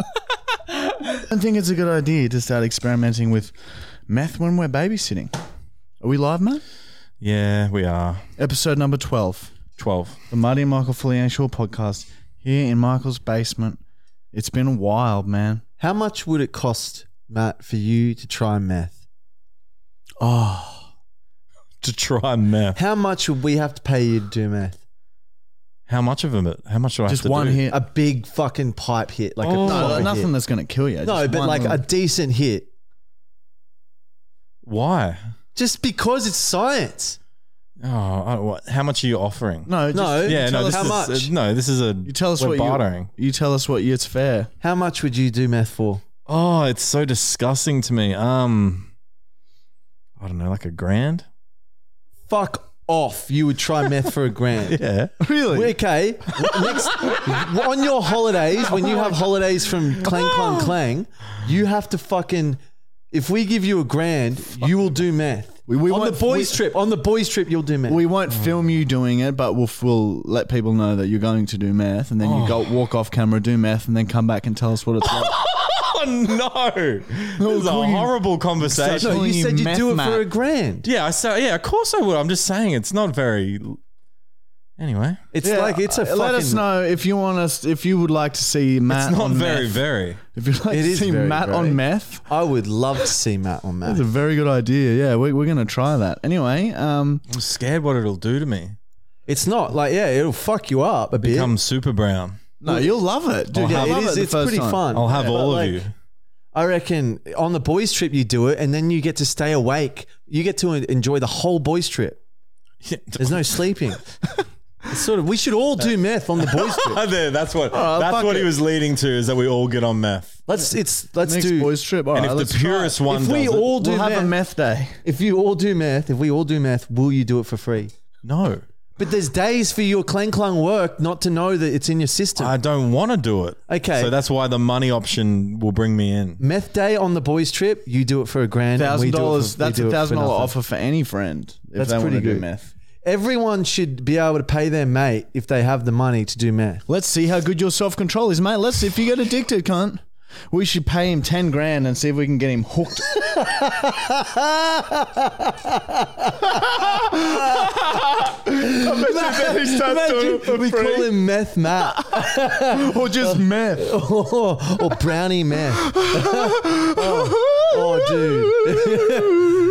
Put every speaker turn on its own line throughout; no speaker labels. I think it's a good idea to start experimenting with meth when we're babysitting. Are we live, mate?
Yeah, we are.
Episode number 12,
12.
the Marty and Michael Financial Podcast, here in Michael's basement. It's been wild, man.
How much would it cost, Matt, for you to try meth?
Oh,
To try meth.
How much would we have to pay you to do meth?
How much of it? How much do I have
just
to
one
do?
hit.
A big fucking pipe hit, like
Oh.
a
No,
no,
proper
nothing
hit.
that's going to kill you.
no,
Just
but
one
like a
little-
decent hit.
Why?
Just because it's science.
Oh, I, what, how much are you offering?
No, just,
No.
you
yeah,
tell us-
no. This
how
is,
much.
uh, no, this is a.
You tell us
we're
what
bartering.
you. You tell us what it's fair.
How much would you do meth for?
Oh, it's so disgusting to me. Um, I don't know, like a grand.
Fuck off. You would try meth for a grand.
Yeah.
Really?
Okay. Next, on your holidays, when you have holidays from Clang Clang Clang, you have to fucking. If we give you a grand, you will do meth.
We- we
on the
want-
boys'
we-
trip, on the boys' trip, you'll do meth.
We won't film you doing it, but we'll, we'll let people know that you're going to do math, and then you go walk off camera, do math, and then come back and tell us what it's like.
Oh no! This is a
call you-
horrible
Such
conversation.
a-
No, you
you
said you'd
meth
do it
man.
for a grand.
Yeah, I so yeah, of course I would. I'm just saying it's not very. Anyway,
It's
Yeah,
like it's a
uh,
fucking.
let us know if you want us if you would like to see Matt.
it's not
on
very
meth.
very.
If you'd like
It
to
is
see
very,
Matt
very.
on meth,
I would love to see Matt on
that's a
that.
very good idea. Yeah, we, we're gonna try that anyway. Um,
I'm scared what it'll do to me.
It's not like yeah, it'll fuck you up a bit.
Become super brown.
no, you'll love it, dude.
yeah,
You'll love
it is.
the
It's
first
pretty
time.
fun.
I'll have
But,
all
like,
of you.
I reckon on the boys' trip you do it, and then you get to stay awake. You get to en- enjoy the whole boys' trip. There's no sleeping. it's sort of. We should all do meth on the boys' trip.
there, that's what
right,
that's
fuck
what he
it.
was leading to is that we all get on meth.
Let's. It's. Let's
Next
do.
boys trip. All
And
right,
if
let's
the purest one
If we
does it-
all do
we'll have
meth,
a meth day.
if you all do meth, if we all do meth, will you do it for free?
no,
But there's days for your clang clung work not to know that it's in your system.
I don't want to do it.
Okay.
so that's why the money option will bring me in.
Meth day on the boys' trip, you do it for a grand. and
Thousand
we do it for-
dollars.
we
That's
do it
a
for
thousand dollar
nothing.
offer for any friend. If
That's
they wanna
pretty
do
good.
Meth.
Everyone should be able to pay their mate if they have the money to do meth.
Let's see how good your self control is, mate. Let's see if you get addicted, cunt. We should pay him ten grand and see if we can get him hooked.
Imagine we call him Meth Matt
or just meth.
or, or Brownie Meth. oh, oh,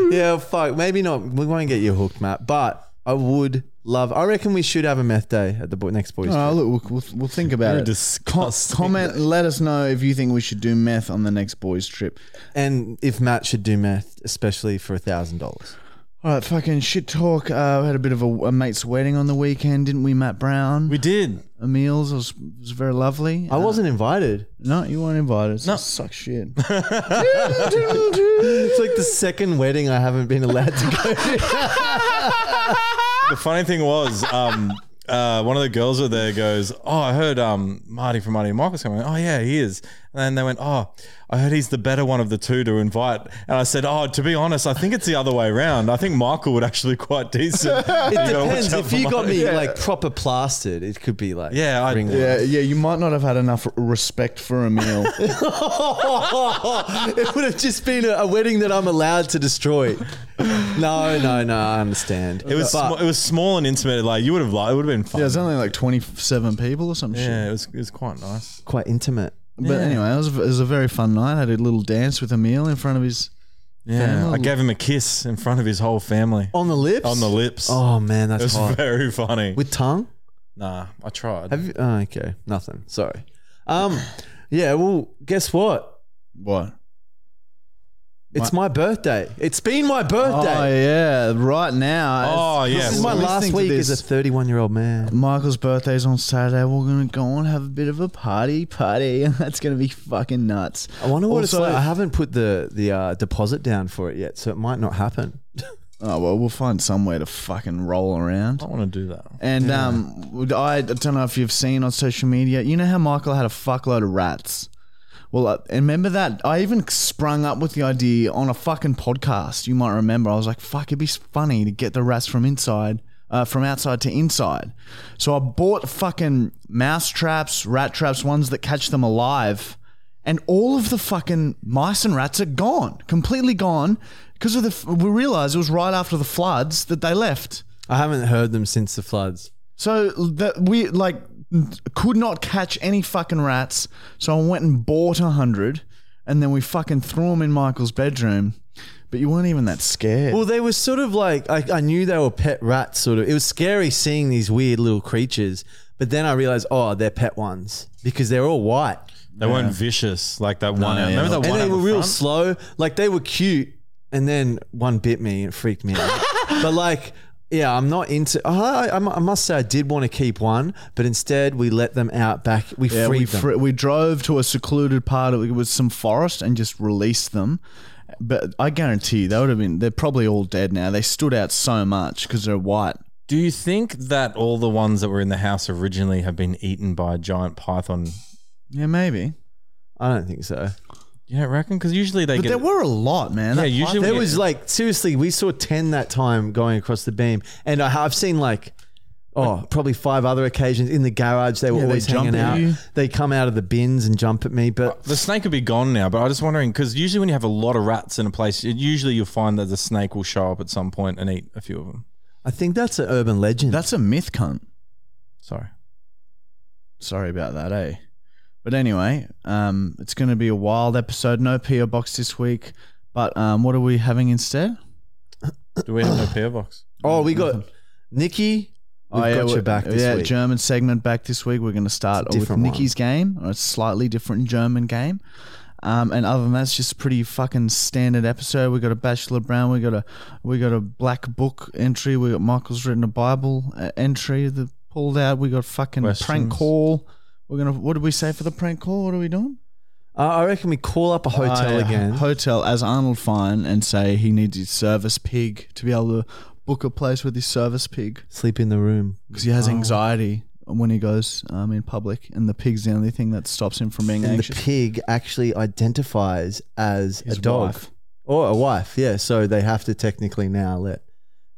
dude. yeah, fuck. Maybe not. We won't get you hooked, Matt. But I would love. I reckon we should have a meth day at the bo- next
Uh.
boys'
Oh,
trip.
look, we'll, we'll, we'll think about
You're
it.
disgusting.
Comment and let us know if you think we should do meth on the next boys' trip.
And if Matt should do meth, especially for a thousand dollars.
All right, fucking shit talk. Uh, we had a bit of a, a mate's wedding on the weekend, didn't we, Matt Brown?
We did.
Emil's was, was very lovely.
I wasn't invited.
No, you weren't invited. So
No.
suck shit.
It's like the second wedding I haven't been allowed to go
The funny thing was, um, uh, one of the girls were there goes, "Oh, I heard um, Marty from Marty and Michael's coming." Oh yeah, he is. And then they went, "Oh, I heard he's the better one of the two to invite." And I said, "Oh, to be honest, I think it's the other way around. I think Michael would actually quite decent."
It
You gotta watch
depends.
out
If
for
you got
Marty.
me like proper plastered, it could be like
Yeah, I-
ringworm.
yeah, yeah, you might not have had enough respect for Emil.
it would have just been a, a wedding that I'm allowed to destroy. No, no, no. I understand.
It was
But
sm- it was small and intimate. Like you would have liked. It would have been fun.
yeah,
Yeah,
it's only like 27 people or some shit.
it was it was quite nice.
quite intimate.
But anyway, it was, it was a very fun night. I had a little dance with Emil in front of his.
Yeah,
Family.
I gave him a kiss in front of his whole family
On the lips.
on the lips.
Oh man,
it
that's
was
hot.
very funny.
With tongue.
nah, I tried.
Have you? Oh, okay. Nothing. Sorry. Um. Yeah. Well, guess what?
What?
It's my birthday. It's been my
Oh,
birthday.
yeah, right now.
Oh,
As-
yeah.
This is my
Listening
last
to
week
this-
as a 31 year old man.
Michael's birthday's on Saturday. We're gonna go and have a bit of a party, party. That's gonna be fucking nuts.
I wonder what
Also-
it's like. I haven't put the the uh, deposit down for it yet, so it might not happen.
Oh well, we'll find somewhere to fucking roll around.
I don't want to do that.
And um, would- I I don't know if you've seen on social media. You know how Michael had a fuckload of rats. Well, uh, and remember that I even sprung up with the idea on a fucking podcast. You might remember. I was like, "Fuck, it'd be funny to get the rats from inside." uh, from outside to inside. So I bought fucking mouse traps, rat traps, ones that catch them alive, and all of the fucking mice and rats are gone, completely gone, because of the. F- we realized it was right after the floods that they left.
I haven't heard them since the floods.
So that we like could not catch any fucking rats. So I went and bought a hundred, and then we fucking threw them in Michael's bedroom. But you weren't even that scared.
Well, they were sort of like I, I knew they were pet rats. Sort of, it was scary seeing these weird little creatures. But then I realized, oh, they're pet ones because they're all white
They weren't vicious like that one. out.
yeah.
Remember that
and
one?
they
out
were
the
real
front?
slow. Like they were cute, and then one bit me and it freaked me out. but like, yeah, I'm not into. I, I, I must say, I did want to keep one, but instead we let them out back. We
Yeah,
freed
we,
them.
fr- we drove to a secluded part of it was some forest and just released them. But I guarantee you, they would have been. They're probably all dead now. They stood out so much because they're white.
Do you think that all the ones that were in the house originally have been eaten by a giant python?
Yeah, maybe.
I don't think so.
You don't reckon? Because usually they
But
get.
there were a lot, man.
yeah,
That-
usually
There
we-
was like seriously, we saw ten that time going across the beam, and I, have seen like. Oh, probably five other occasions in the garage. They were
Yeah, they
always
jump
hanging
at
out.
you.
They come out of the bins and jump at me. But
The snake would be gone now, but I'm just wondering because usually when you have a lot of rats in a place, it- usually you'll find that the snake will show up at some point and eat a few of them.
I think that's an urban legend.
that's a myth, cunt.
Sorry.
Sorry about that, eh? But anyway, um, it's going to be a wild episode. No PO box this week. But um, what are we having instead?
Do we have no PO box?
oh, we got Nikki. We've
yeah,
got
we-
your back this
uh, yeah,
week.
German segment back this week. We're going to start
It's a
with
different one.
Nikki's game, or a slightly different German game. Um, and other than that, it's just a pretty fucking standard episode. We got a Bachelor Brown, we got a we got a Black Book entry, we got Michael's written a Bible uh, entry that pulled out. We got fucking prank
Questions.
call. We're gonna. What did we say for the prank call? What are we doing?
Uh, I uh, reckon we call up a hotel
I-
again.
Hotel as Arnold Fine and say he needs his service pig to be able to book a place with his service pig.
Sleep in the room.
because he has anxiety when he goes um, in public, and the pig's the only thing that stops him from being
And the
anxious.
pig actually identifies as
His
a dog
wife.
or a wife. Yeah, so they have to technically now let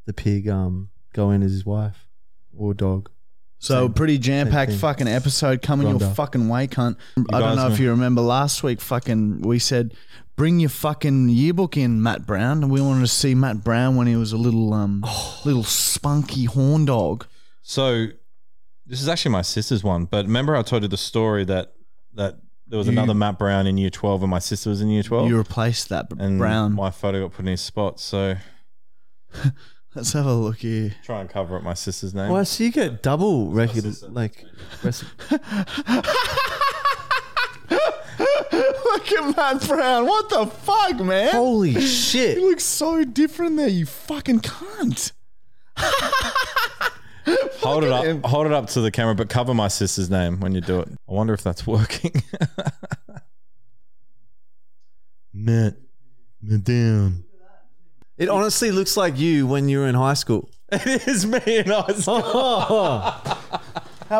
the pig um go in as his wife or dog.
So pretty jam packed
thing.
fucking episode coming your
Rhonda.
fucking way, cunt. I don't
guys
know if
know.
you remember last week. Fucking, we said bring your fucking yearbook in, Matt Brown, and we wanted to see Matt Brown when he was a little um
Oh.
little spunky horn dog.
So this is actually my sister's one, but remember I told you the story that that there was
You-
another Matt Brown in year 12 and my sister was in year
Oh.
12?
You replaced that but
and
Brown.
my photo got put in his spot, so
Let's have a look here.
try and cover up my sister's name.
Well, so you get double record like rec-
look at Matt Brown. What the fuck, man?
holy
He
shit.
looks so different there, you fucking cunt.
Hold it up, hold it up to the camera, but cover my sister's name when you do it. I wonder if that's working. Matt, Matt down.
It honestly looks like you when you were in high school.
It is me, and I was
How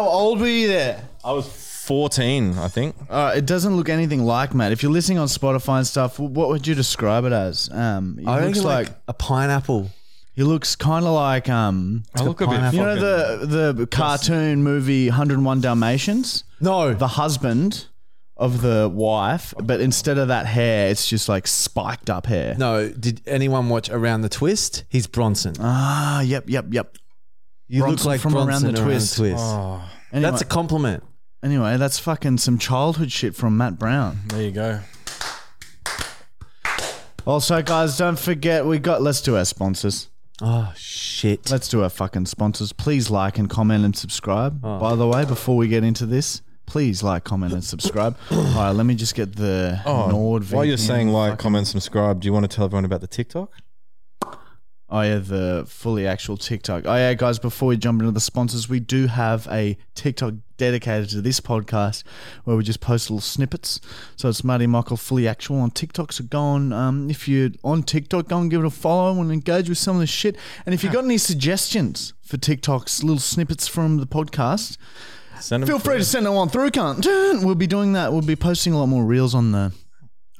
old were you there?
I was fourteen, I think.
Uh, it doesn't look anything like Matt. If you're listening on Spotify and stuff, wh- what would you describe it as? Um, he
I
looks
reckon
like,
like a pineapple.
he looks kind of like um,
I look a bit.
pineapple.
you know the the cartoon movie 101 Dalmatians,
No,
the husband of the wife, but instead of that hair, it's just like spiked up hair.
no. Did anyone watch Around the Twist? He's Bronson.
Ah, yep, yep, yep.
You
Bronson from Around the Twist.
Oh,
Anyway,
That's a compliment.
anyway, that's fucking some childhood shit from Matt Brown.
there you go.
Also, guys, don't forget we got. Let's do our sponsors.
Oh shit.
Let's do our fucking sponsors. Please like and comment and subscribe.
Oh.
By the way, before we get into this, please like, comment, and subscribe. All right, let me just get the
Oh,
NordVPN.
while you're saying like,
fucking-
comment, subscribe, do you want to tell everyone about the TikTok?
Oh yeah, the fully actual TikTok. Oh yeah, guys, before we jump into the sponsors, we do have a TikTok dedicated to this podcast where we just post little snippets. So it's Marty Michael fully actual on TikTok. So go on, um, if you're on TikTok, go and give it a follow and engage with some of the shit. And if you've got any suggestions for TikToks, little snippets from the podcast,
Send them
feel free to send them on through, cunt. We'll be doing that. We'll be posting a lot more reels on the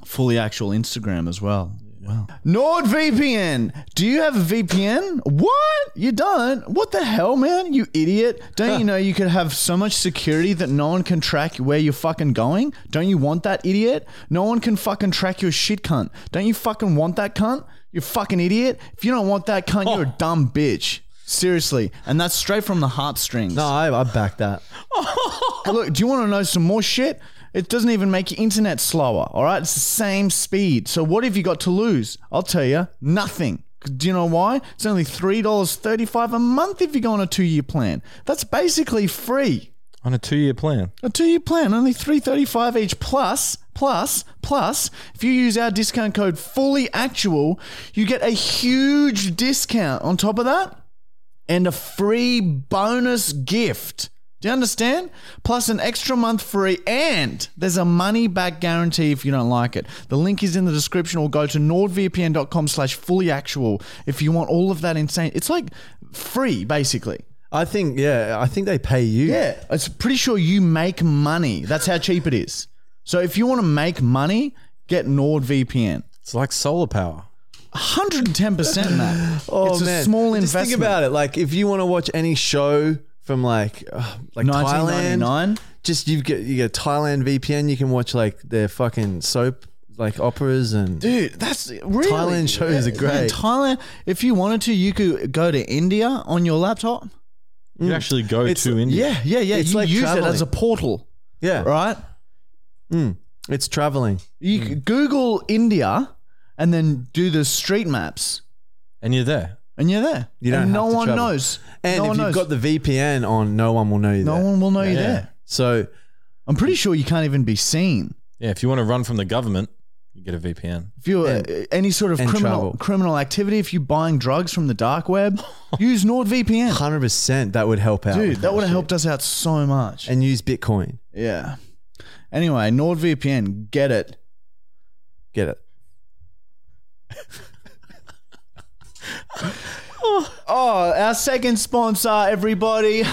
fully actual Instagram as well. well. NordVPN. Do you have a VPN? What? You don't? What the hell, man? You idiot. Don't you know you could have so much security that no one can track where you're fucking going? Don't you want that, idiot? No one can fucking track your shit, cunt. Don't you fucking want that, cunt? You fucking idiot. If you don't want that, cunt, you're a dumb bitch. Seriously. And that's straight from the heartstrings.
No, I, I back that.
Hey, Look, do you want to know some more shit? It doesn't even make your internet slower, all right? It's the same speed. So what have you got to lose? I'll tell you, nothing. 'Cause Do you know why? It's only $3.35 a month if you go on a two year plan. That's basically free.
on a two-year plan.
A two year plan, only three thirty five each plus plus plus. If you use our discount code fully actual, you get a huge discount on top of that and a free bonus gift. Do you understand? Plus an extra month free, and there's a money back guarantee if you don't like it. The link is in the description, or go to nordvpn.com slash fully actual if you want all of that insane. It's like free, basically.
I think, yeah, I think they pay you.
Yeah, it's pretty sure you make money. That's how cheap it is. So if you want to make money, get NordVPN.
It's like solar power.
110% man.
Oh,
it's
man.
a small investment.
Just think about it. Like, if you want to watch any show from like, uh, like Thailand,
1999.
just you get you get Thailand VPN. You can watch like their fucking soap, like operas and
Dude, that's really
Thailand shows are
Man,
great.
Thailand, if you wanted to, you could go to India on your laptop.
You actually go
It's-
to India.
Yeah, yeah, yeah.
It's
you
like
use it
traveling.
as a portal,
yeah,
right?
it's traveling.
You could Google India and then do the street maps,
and you're there.
and you're there.
You don't
and no
have to
one
travel.
knows.
And
no
if
one
you've
knows.
got the VPN on, no one will know you.
no
there.
one will know you're
Yeah.
there.
So
I'm pretty sure you can't even be seen.
Yeah, if you want to run from the government, you get a VPN.
If you're uh, any sort of
and
criminal
travel.
criminal activity, if you're buying drugs from the dark web, use NordVPN.
hundred percent, that would help out.
Dude,
with
that would have
shit.
helped us out so much.
And use Bitcoin.
yeah. Anyway, NordVPN, get it.
Get it?
Oh, our second sponsor, everybody. a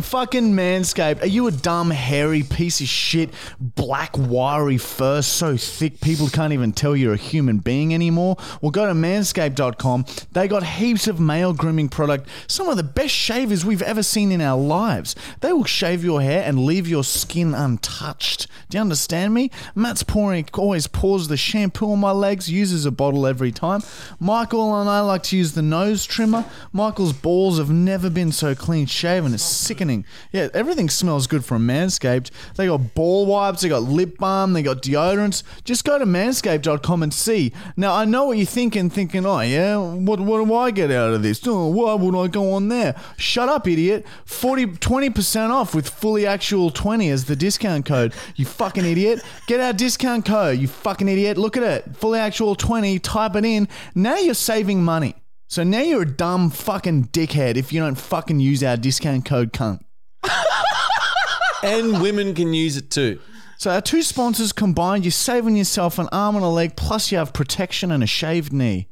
fucking Manscaped. Are you a dumb, hairy piece of shit, black, wiry fur so thick people can't even tell you're a human being anymore? Well, go to manscaped.com. They got heaps of male grooming product, some of the best shavers we've ever seen in our lives. They will shave your hair and leave your skin untouched. Do you understand me? Matt's pouring, always pours the shampoo on my legs, uses a bottle every time. Michael and I like to use the nose trimmer. Michael's balls have never been so clean shaven. It's sickening. Yeah, everything smells good from Manscaped. They got ball wipes, they got lip balm, they got deodorants. Just go to manscaped.com and see. Now, I know what you're thinking, thinking, oh, yeah, what, what do I get out of this? Oh, why would I go on there? Shut up, idiot. 40, 20% off with fully actual 20 as the discount code. You fucking idiot. Get our discount code, you fucking idiot. Look at it. Fully actual 20, type it in. Now you're saving money. So now you're a dumb fucking dickhead if you don't fucking use our discount code cunt.
and women can use it too.
So our two sponsors combined, you're saving yourself an arm and a leg, plus you have protection and a shaved knee.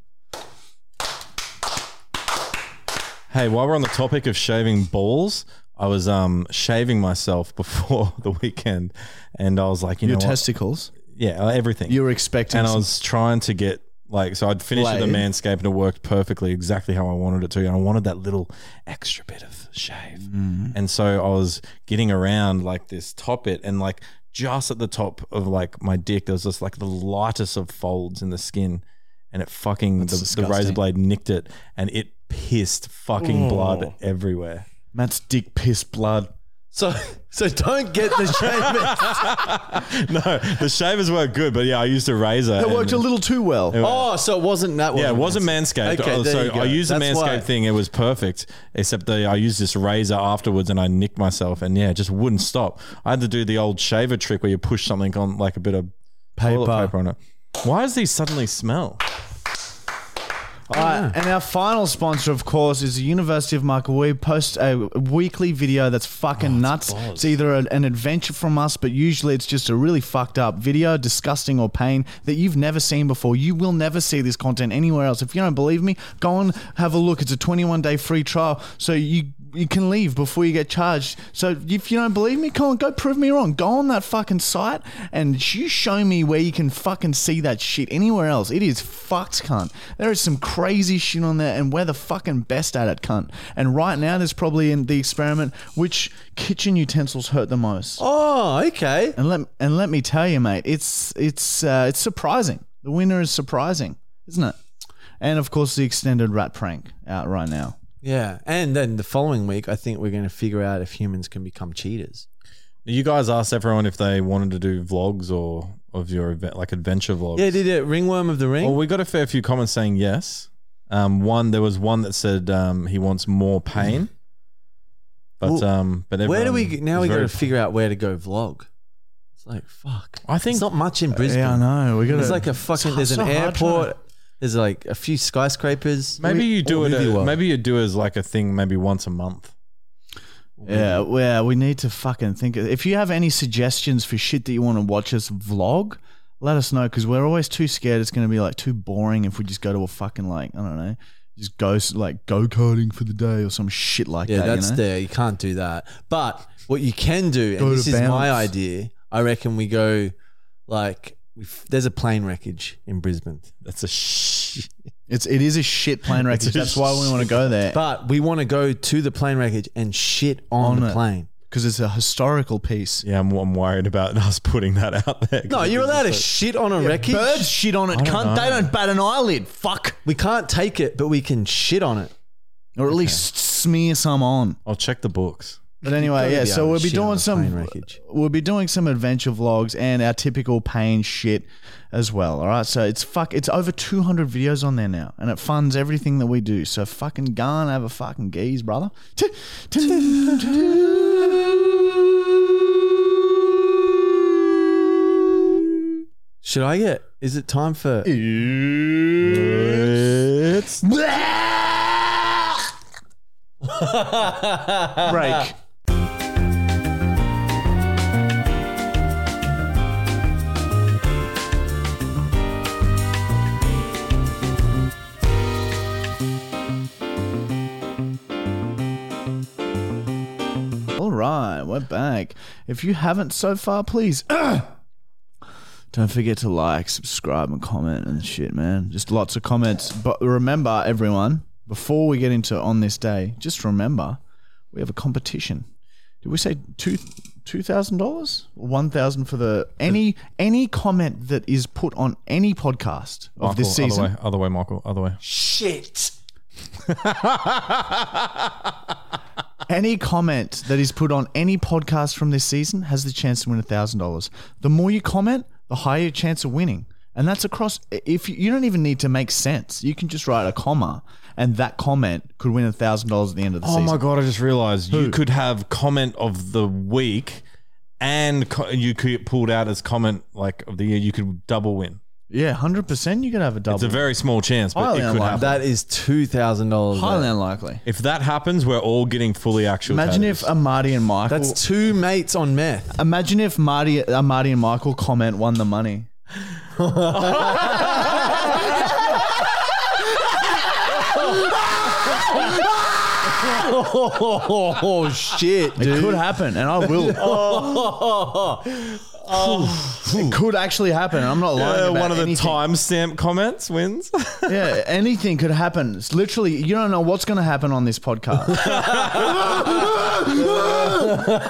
Hey, while we're on the topic of shaving balls, I was um shaving myself before the weekend, and I was like, you
Your
know, what?
testicles.
yeah, everything.
You were expecting
and I
some-
was trying to get like so I'd finished with the
Blade.
manscape and it worked perfectly exactly how I wanted it to. And I wanted that little extra bit of shave.
Mm.
And so I was getting around like this top it and like just at the top of like my dick there was just like the lightest of folds in the skin and it fucking the, the razor
disgusting.
blade nicked it and it pissed fucking blood everywhere.
Matt's dick pissed blood.
So so don't get the shame.
no, the shavers were good, but yeah, I used a razor.
That
and-
worked a little too well.
oh, so it wasn't that one.
Yeah, it wasn't manscaped.
Okay,
Oh,
there
so
you go.
I used the
That's
manscaped
why.
thing. It was perfect, except that I used this razor afterwards and I nicked myself, and yeah, it just wouldn't stop. I had to do the old shaver trick where you push something on like a bit of toilet
Paper.
paper on it. Why does these suddenly smell?
All right, Uh, and our final sponsor, of course, is the University of Microwave. Post a weekly video that's fucking nuts. Oh, It's either a, an adventure from us, but usually it's just a really fucked up video, disgusting or pain that you've never seen before. You will never see this content anywhere else. If you don't believe me, go and have a look. It's a 21 day free trial, so you you can leave before you get charged. So if you don't believe me, Colin, go prove me wrong. Go on that fucking site and you show me where you can fucking see that shit anywhere else. It is fucked, cunt. There is some crazy shit on there, and we're the fucking best at it, cunt. And right now, there's probably in the experiment which kitchen utensils hurt the most.
Oh, okay.
And let and let me tell you, mate, it's it's uh, it's surprising. The winner is surprising, isn't it? And of course, the extended rat prank out right now.
Yeah. And then the following week, I think we're going to figure out if humans can become cheaters.
You guys asked everyone if they wanted to do vlogs or of your event, like adventure vlogs.
Yeah, did it ringworm of the ring?
Well, we got a fair few comments saying yes. Um, one there was one that said um, he wants more pain, but
Mm-hmm. Well,
um, but
where do
everyone
we g- now?
is
We got
very-
to figure out where to go vlog. It's like fuck.
I think
It's not much in Brisbane.
Yeah, I know. We got
There's like a fucking. There's
so
an
hard trying
airport. There's like a few skyscrapers.
maybe you do
or
it.
movie
uh,
world.
maybe you do it as like a thing, maybe once a month.
Yeah, well, we need to fucking think. If you have any suggestions for shit that you want to watch us vlog, let us know because we're always too scared it's going to be like too boring if we just go to a fucking like I don't know, just go s- like go karting for the day or some shit like
Yeah,
that.
that's
you know?
there. You can't do that. But what you can do,
Go
and this
to
is my
bounce.
idea, I reckon we go like we f- there's a plane wreckage in Brisbane,
That's a shh.
It's it is a shit plane wreckage.
a
That's why we want to go there
but we want to go to the plane wreckage and shit on,
On
the
it.
plane.
because it's a historical piece.
Yeah, I'm, I'm worried about us putting that out there.
No, you're allowed to shit on a wreckage.
Birds shit on it,
don't
cunt. They
know.
don't bat an eyelid. Fuck,
We can't take it, but we can shit on it.
or at least smear some on.
I'll check the books.
But anyway,
gotta
yeah.
be able
So
to
we'll be
shit
doing
on a plane
some
wreckage.
we'll be doing some adventure vlogs and our typical pain shit as well. All right. So it's fuck. It's over two hundred videos on there now, and it funds everything that we do. So fucking go and have a fucking geez, brother.
Should I get? Is it time for?
It's
Break. All right, we're back. If you haven't so far, please don't forget to like, subscribe, and comment and shit, man. Just lots of comments. But remember, everyone, before we get into on this day, just remember we have a competition. Did we say two two thousand dollars? One thousand for the any any comment that is put on any podcast of
Michael,
this season.
Other way, other way, Michael. Other way.
Shit.
Any comment that is put on any podcast from this season has the chance to win $1,000. The more you comment, the higher your chance of winning. And that's across, if you, you don't even need to make sense. You can just write a comma, and that comment could win $1,000 at the end of the
Oh
season.
my god! I just realized you could have comment of the week, and co- you could get pulled out as comment like of the year. You could double win.
Yeah, 100% you could have a double.
It's a very small chance, but
Highly
it could
unlikely.
happen.
That is two thousand dollars.
Highly unlikely.
if that happens, we're all getting fully actual.
Imagine
tattoos.
if Amadi and Michael.
That's two mates on meth.
imagine if Marty, Amadi and Michael comment won the money.
Oh shit,
It
dude.
could happen, and I will. Oh. It could actually happen. and I'm not lying.
Uh,
about
one of the
anything.
timestamp comments wins.
Yeah, anything could happen. It's literally, you don't know what's going to happen on this podcast.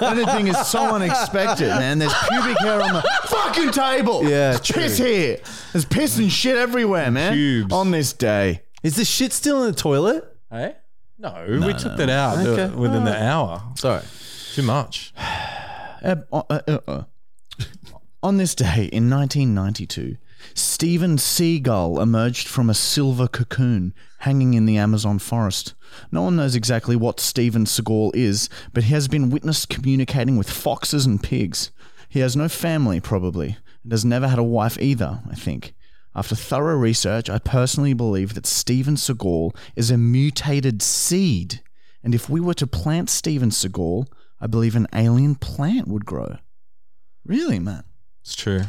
anything is so unexpected, man. There's pubic hair on the fucking table.
Yeah,
There's piss here. There's piss and shit everywhere, man.
Pubes.
On this day.
Is the shit still in the toilet?
hey? No, we took that out uh,
Okay.
within the hour.
Sorry.
Too much.
Uh, uh, uh, uh. On this day in 1992, Stephen Seagull emerged from a silver cocoon hanging in the Amazon forest. No one knows exactly what Stephen Seagull is, but he has been witnessed communicating with foxes and pigs. He has no family, probably, and has never had a wife either, I think. After thorough research, I personally believe that Steven Seagal is a mutated seed. And if we were to plant Steven Seagal, I believe an alien plant would grow. Really, man?
It's true.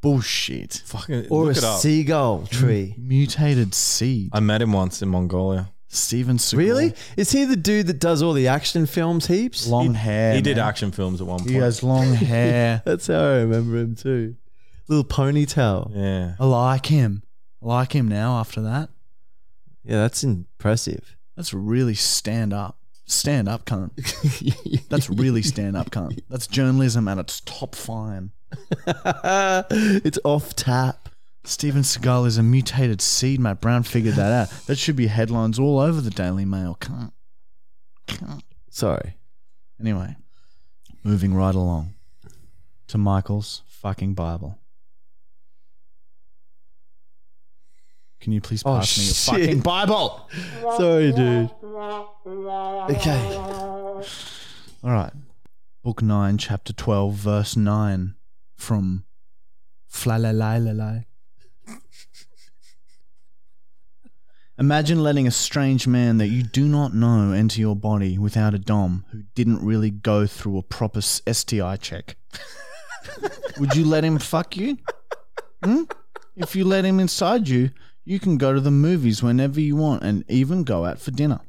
Bullshit.
Fucking
Or
look
a
it up.
Mm.
seagull tree.
Mutated seed.
I met him once in Mongolia.
Steven Seagal.
Really? Is he the dude that does all the action films heaps?
Long hair.
He did
man.
action films at one point.
He has long hair.
That's how I remember him too. Little ponytail.
Yeah.
I like him. I like him now after that.
Yeah, that's impressive.
That's really stand up. Stand up, cunt. That's really stand up, cunt. That's journalism at its top fine.
it's off tap.
Steven Seagal is a mutated seed. Matt Brown figured that out. That should be headlines all over the Daily Mail, cunt. Cunt.
Sorry.
Anyway, moving right along to Michael's fucking Bible. Can you please
Oh,
pass me your
shit.
fucking Bible?
Sorry, dude. Okay.
All right. Book 9, chapter 12, verse 9 from Flalalalalai. Imagine letting a strange man that you do not know enter your body without a dom who didn't really go through a proper s- STI check. Would you let him fuck you? Hmm? If you let him inside you, you can go to the movies whenever you want and even go out for dinner.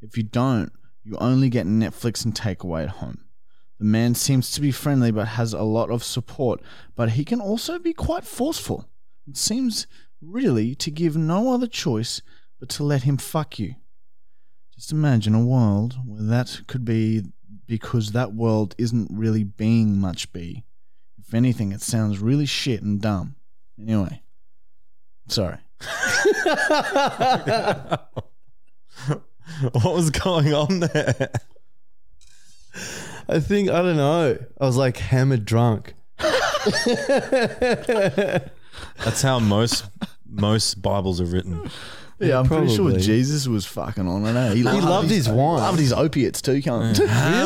If you don't, you only get Netflix and takeaway at home. The man seems to be friendly but has a lot of support, but he can also be quite forceful. It seems really to give no other choice but to let him fuck you. Just imagine a world where that could be because that world isn't really being much be. If anything, it sounds really shit and dumb. Anyway, sorry.
what was going on there?
I think I don't know. I was like hammered drunk.
That's how most most Bibles are written.
Yeah, I'm pretty sure
probably.
Jesus was fucking on it. Eh? He loved,
loved his wine.
Loved his opiates too. Can't
Yeah,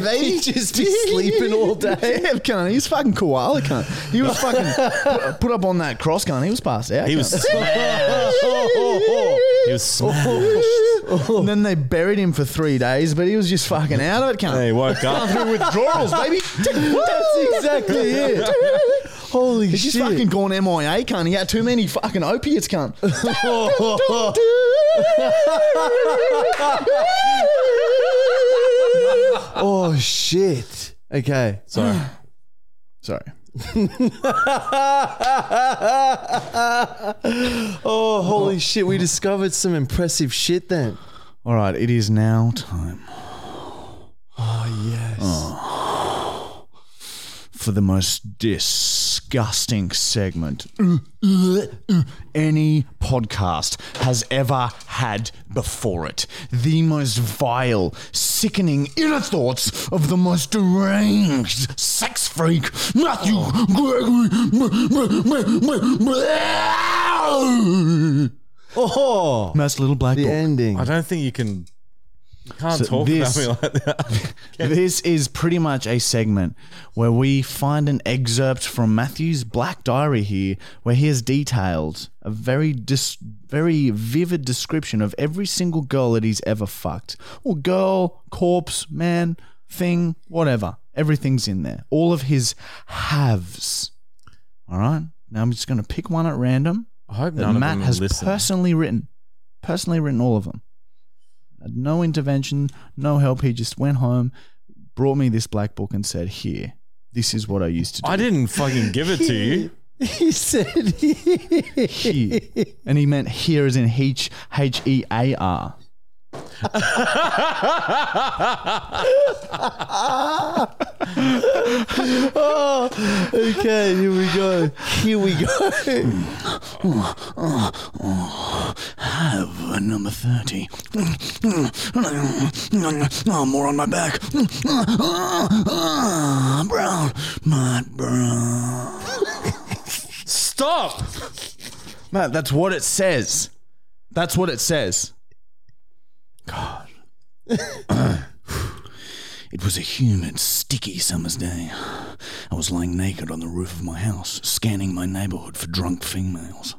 baby. Oh, just be sleeping all day.
Yeah, cunt. He was fucking koala cunt. He was fucking put, put up on that cross cunt. He was passed out.
He
cunt.
was smashed.
Oh,
He was smashed. oh.
And Oh. then they buried him for three days, but he was just fucking out of it, cunt.
He woke up.
Withdrawals, baby.
oh. That's exactly it. Holy
He's just
shit.
fucking gone MIA, cunt. He had too many fucking opiates, cunt.
oh shit. Okay.
Sorry.
Sorry.
oh, holy shit. We discovered some impressive shit then.
All right, it is now time.
Oh, yes.
for the most disgusting segment any podcast has ever had before it. The most vile, sickening inner thoughts of the most deranged sex freak, Matthew Gregory.
Oh,
Matt's little black
the
book.
ending.
I don't think you can. You can't
So
talk
this-
about me like that.
This is pretty much a segment where we find an excerpt from Matthew's Black Diary here, where he has detailed a very dis- very vivid description of every single girl that he's ever fucked. Or girl, corpse, man, thing, whatever. Everything's in there. All of his haves. All right. Now I'm just going to pick one at random
I hope
that
none
Matt
of them
has
listen.
personally written, personally written all of them. Had no intervention, no help. He just went home, brought me this black book, and said, "Here, this is what I used to do."
I didn't fucking give it to you.
he said,
Here, and he meant here as in H H E A R.
oh, okay, here we go. Here we go.
Have number thirty. Oh, more on my back. Ah, Brown, my brown.
Stop.
Matt, that's what it says. That's what it says. God. it was a humid, sticky summer's day. I was lying naked on the roof of my house, scanning my neighborhood for drunk females.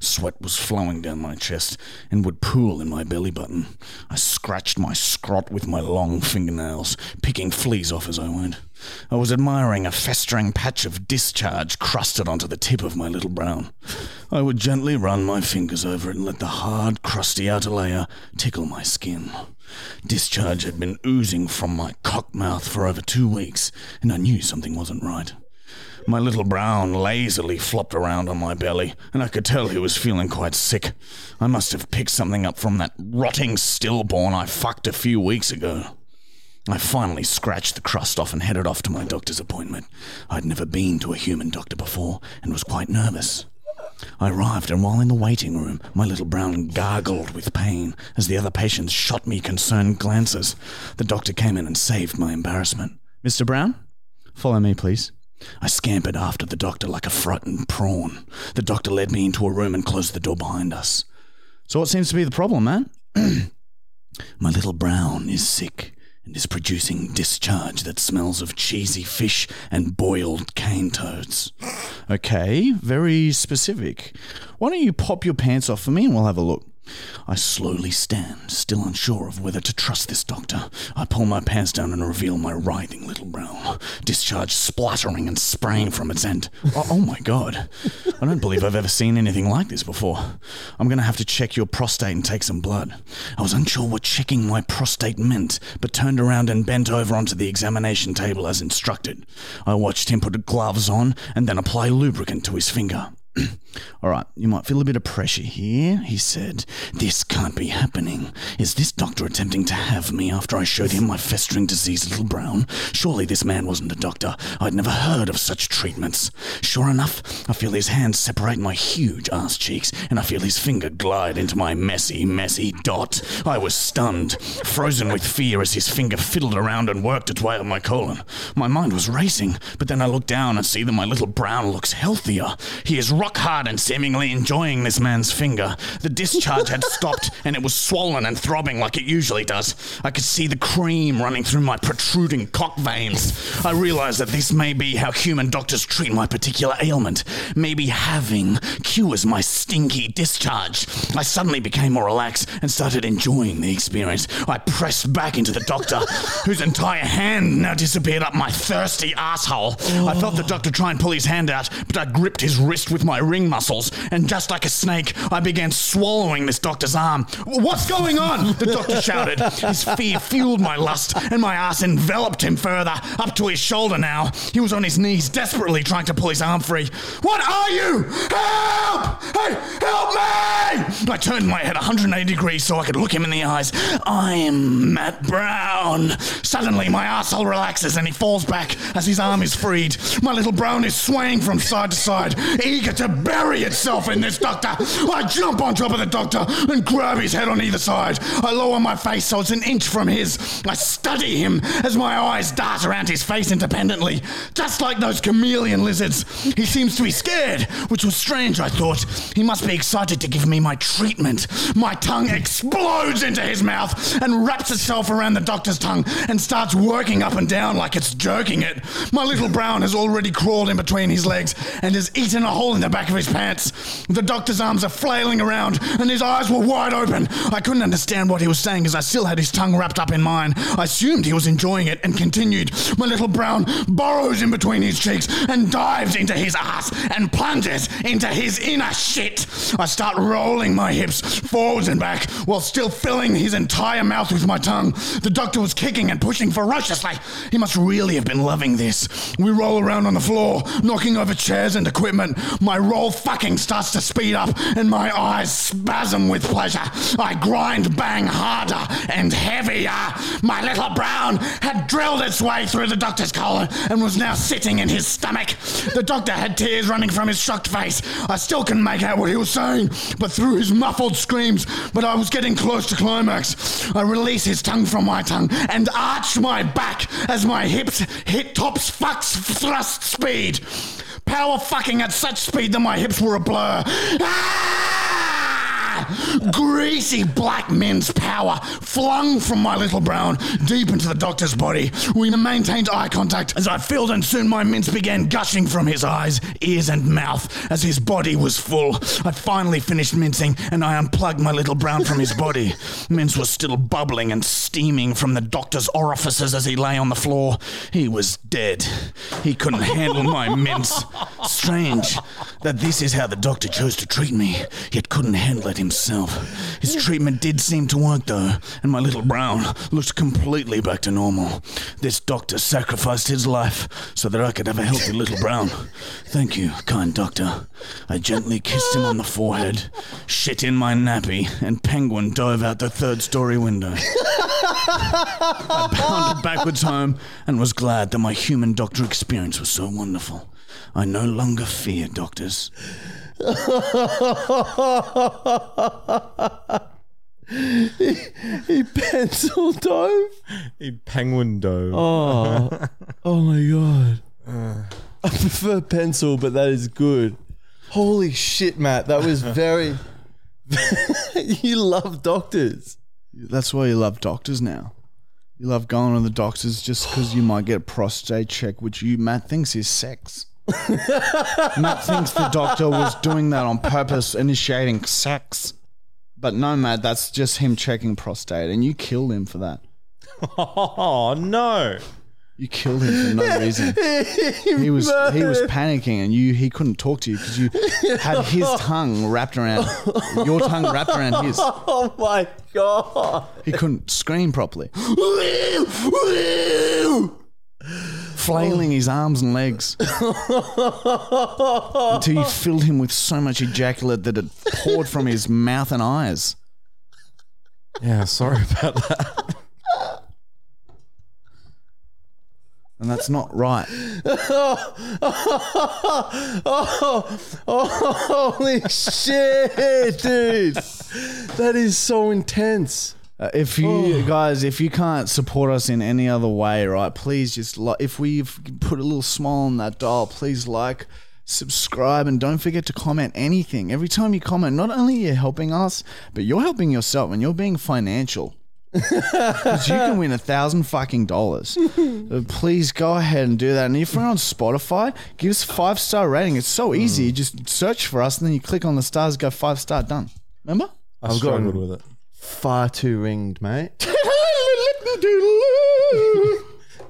Sweat was flowing down my chest and would pool in my belly button. I scratched my scrot with my long fingernails, picking fleas off as I went. I was admiring a festering patch of discharge crusted onto the tip of my little brown. I would gently run my fingers over it and let the hard, crusty outer layer tickle my skin. Discharge had been oozing from my cock mouth for over two weeks, and I knew something wasn't right. My little brown lazily flopped around on my belly, and I could tell he was feeling quite sick. I must have picked something up from that rotting stillborn I fucked a few weeks ago. I finally scratched the crust off and headed off to my doctor's appointment. I'd never been to a human doctor before and was quite nervous. I arrived, and while in the waiting room, my little brown gargled with pain as the other patients shot me concerned glances. The doctor came in and saved my embarrassment. Mr. Brown? Follow me, please. I scampered after the doctor like a frightened prawn. The doctor led me into a room and closed the door behind us. So, what seems to be the problem, man? My little brown is sick and is producing discharge that smells of cheesy fish and boiled cane toads. Okay, very specific. Why don't you pop your pants off for me and we'll have a look? I slowly stand, still unsure of whether to trust this doctor. I pull my pants down and reveal my writhing little brown, discharge spluttering and spraying from its end. Oh, oh my god. I don't believe I've ever seen anything like this before. I'm going to have to check your prostate and take some blood. I was unsure what checking my prostate meant, but turned around and bent over onto the examination table as instructed. I watched him put gloves on and then apply lubricant to his finger. All right, you might feel a bit of pressure here, he said. This can't be happening. Is this doctor attempting to have me after I showed him my festering disease, little brown? Surely this man wasn't a doctor. I'd never heard of such treatments. Sure enough, I feel his hands separate my huge ass cheeks, and I feel his finger glide into my messy, messy dot. I was stunned, frozen with fear as his finger fiddled around and worked its way up my colon. My mind was racing, but then I looked down and see that my little brown looks healthier. He is rock hard and seemingly enjoying this man's finger. The discharge had stopped and it was swollen and throbbing like it usually does. I could see the cream running through my protruding cock veins. I realized that this may be how human doctors treat my particular ailment. Maybe having cures my stinky discharge. I suddenly became more relaxed and started enjoying the experience. I pressed back into the doctor, whose entire hand now disappeared up my thirsty asshole. I felt the doctor try and pull his hand out, but I gripped his wrist with my ring muscles, and just like a snake, I began swallowing this doctor's arm. What's going on? The doctor shouted. His fear fueled my lust, and my ass enveloped him further, up to his shoulder now. He was on his knees, desperately trying to pull his arm free. What are you? Help! Hey, help me! I turned my head 180 degrees so I could look him in the eyes. I'm Matt Brown. Suddenly, my asshole relaxes and he falls back as his arm is freed. My little brown is swaying from side to side, eager to bury itself in this doctor. I jump on top of the doctor and grab his head on either side. I lower my face so it's an inch from his. I study him as my eyes dart around his face independently, just like those chameleon lizards. He seems to be scared, which was strange, I thought. He must be excited to give me my treatment. My tongue explodes into his mouth and wraps itself around the doctor's tongue and starts working up and down like it's jerking it. My little brown has already crawled in between his legs and has eaten a hole in the back of his pants. The doctor's arms are flailing around and his eyes were wide open. I couldn't understand what he was saying as I still had his tongue wrapped up in mine. I assumed he was enjoying it and continued. My little brown burrows in between his cheeks and dives into his ass and plunges into his inner shit. I start rolling my hips forwards and back while still filling his entire mouth with my tongue. The doctor was kicking and pushing ferociously. He must really have been loving this. We roll around on the floor, knocking over chairs and equipment. My roll fucking starts to speed up and my eyes spasm with pleasure. I grind bang harder and heavier. My little brown had drilled its way through the doctor's colon and was now sitting in his stomach. The doctor had tears running from his shocked face. I still couldn't make out what he was saying, but through his muffled screams, but I was getting close to climax. I release his tongue from my tongue and arch my back as my hips hit tops fucks thrust speed. Power fucking at such speed that my hips were a blur. Ah! greasy black men's power flung from my little brown deep into the doctor's body. We maintained eye contact as I filled, and soon my mints began gushing from his eyes, ears, and mouth as his body was full. I finally finished mincing and I unplugged my little brown from his body. Mince was still bubbling and steaming from the doctor's orifices as he lay on the floor. He was dead. He couldn't handle my mints. Strange that this is how the doctor chose to treat me, yet couldn't handle it himself. His treatment did seem to work though, and my little brown looked completely back to normal. This doctor sacrificed his life so that I could have a healthy little brown. Thank you, kind doctor. I gently kissed him on the forehead, shit in my nappy, and penguin dove out the third story window. I bounded backwards home and was glad that my human doctor experience was so wonderful. I no longer fear doctors.
he pencil dove.
He penguin dove.
Oh, oh my god. Uh. I prefer pencil, but that is good. Holy shit, Matt. That was very. you love doctors.
That's why you love doctors now. You love going to the doctors just because you might get a prostate check, which you Matt thinks is sex. Matt thinks the doctor was doing that on purpose, initiating sex. But no, Matt, that's just him checking prostate, and you killed him for that.
Oh no!
You killed him for no reason. He was he was panicking, and you he couldn't talk to you because you had his tongue wrapped around your tongue wrapped around his.
Oh my god.
He couldn't scream properly. flailing his arms and legs until you filled him with so much ejaculate that it poured from his mouth and eyes.
Yeah, sorry about that.
And that's not right.
Oh, oh, holy shit, dude. That is so intense.
Uh, if you guys, if you can't support us in any other way, right? Please just like if we've put a little smile on that dial, please like, subscribe, and don't forget to comment anything. Every time you comment, not only you're helping us, but you're helping yourself and you're being financial. 'Cause you can win a thousand fucking dollars. So Please go ahead and do that. And if you're on Spotify, give us five star rating. It's so easy. You just search for us and then you click on the stars, go five star, done. Remember?
I struggled with it.
Far too ringed, mate.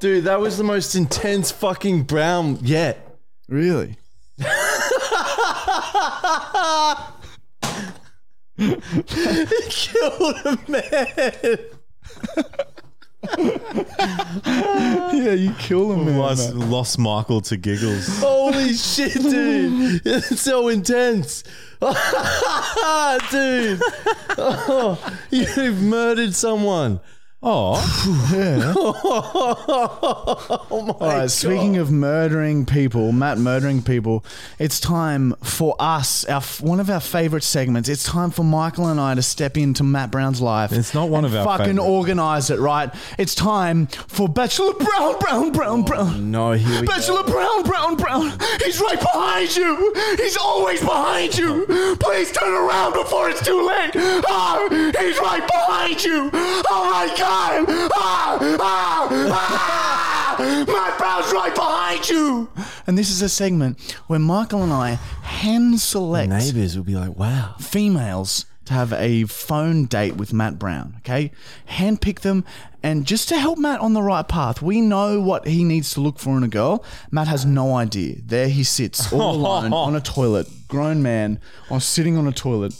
Dude, that was the most intense fucking brown yet.
Really?
Killed a man.
Yeah, you kill him.
Lost, lost Michael to giggles.
Holy shit, dude. It's so intense. dude. Oh, you've murdered someone.
Oh,
All right, Oh, uh, speaking of murdering people, Matt murdering people, it's time for us, our f- one of our favorite segments. It's time for Michael and I to step into Matt Brown's life.
It's not one
and
of our
fucking
favourite.
organize it, right? It's time for Bachelor Brown, Brown, Brown, Brown.
No, here we
Bachelor Brown, Brown, Brown, he's right behind you. He's always behind you. Please turn around before it's too late. Ah, he's right behind you. Oh my God. Ah, ah, ah. Matt Brown's right behind you.
And this is a segment where Michael and I hand select
Neighbors will be like, wow.
females to have a phone date with Matt Brown, okay? Handpick them and just to help Matt on the right path. We know what he needs to look for in a girl. Matt has no idea. There he sits all alone on a toilet, grown man, or sitting on a toilet.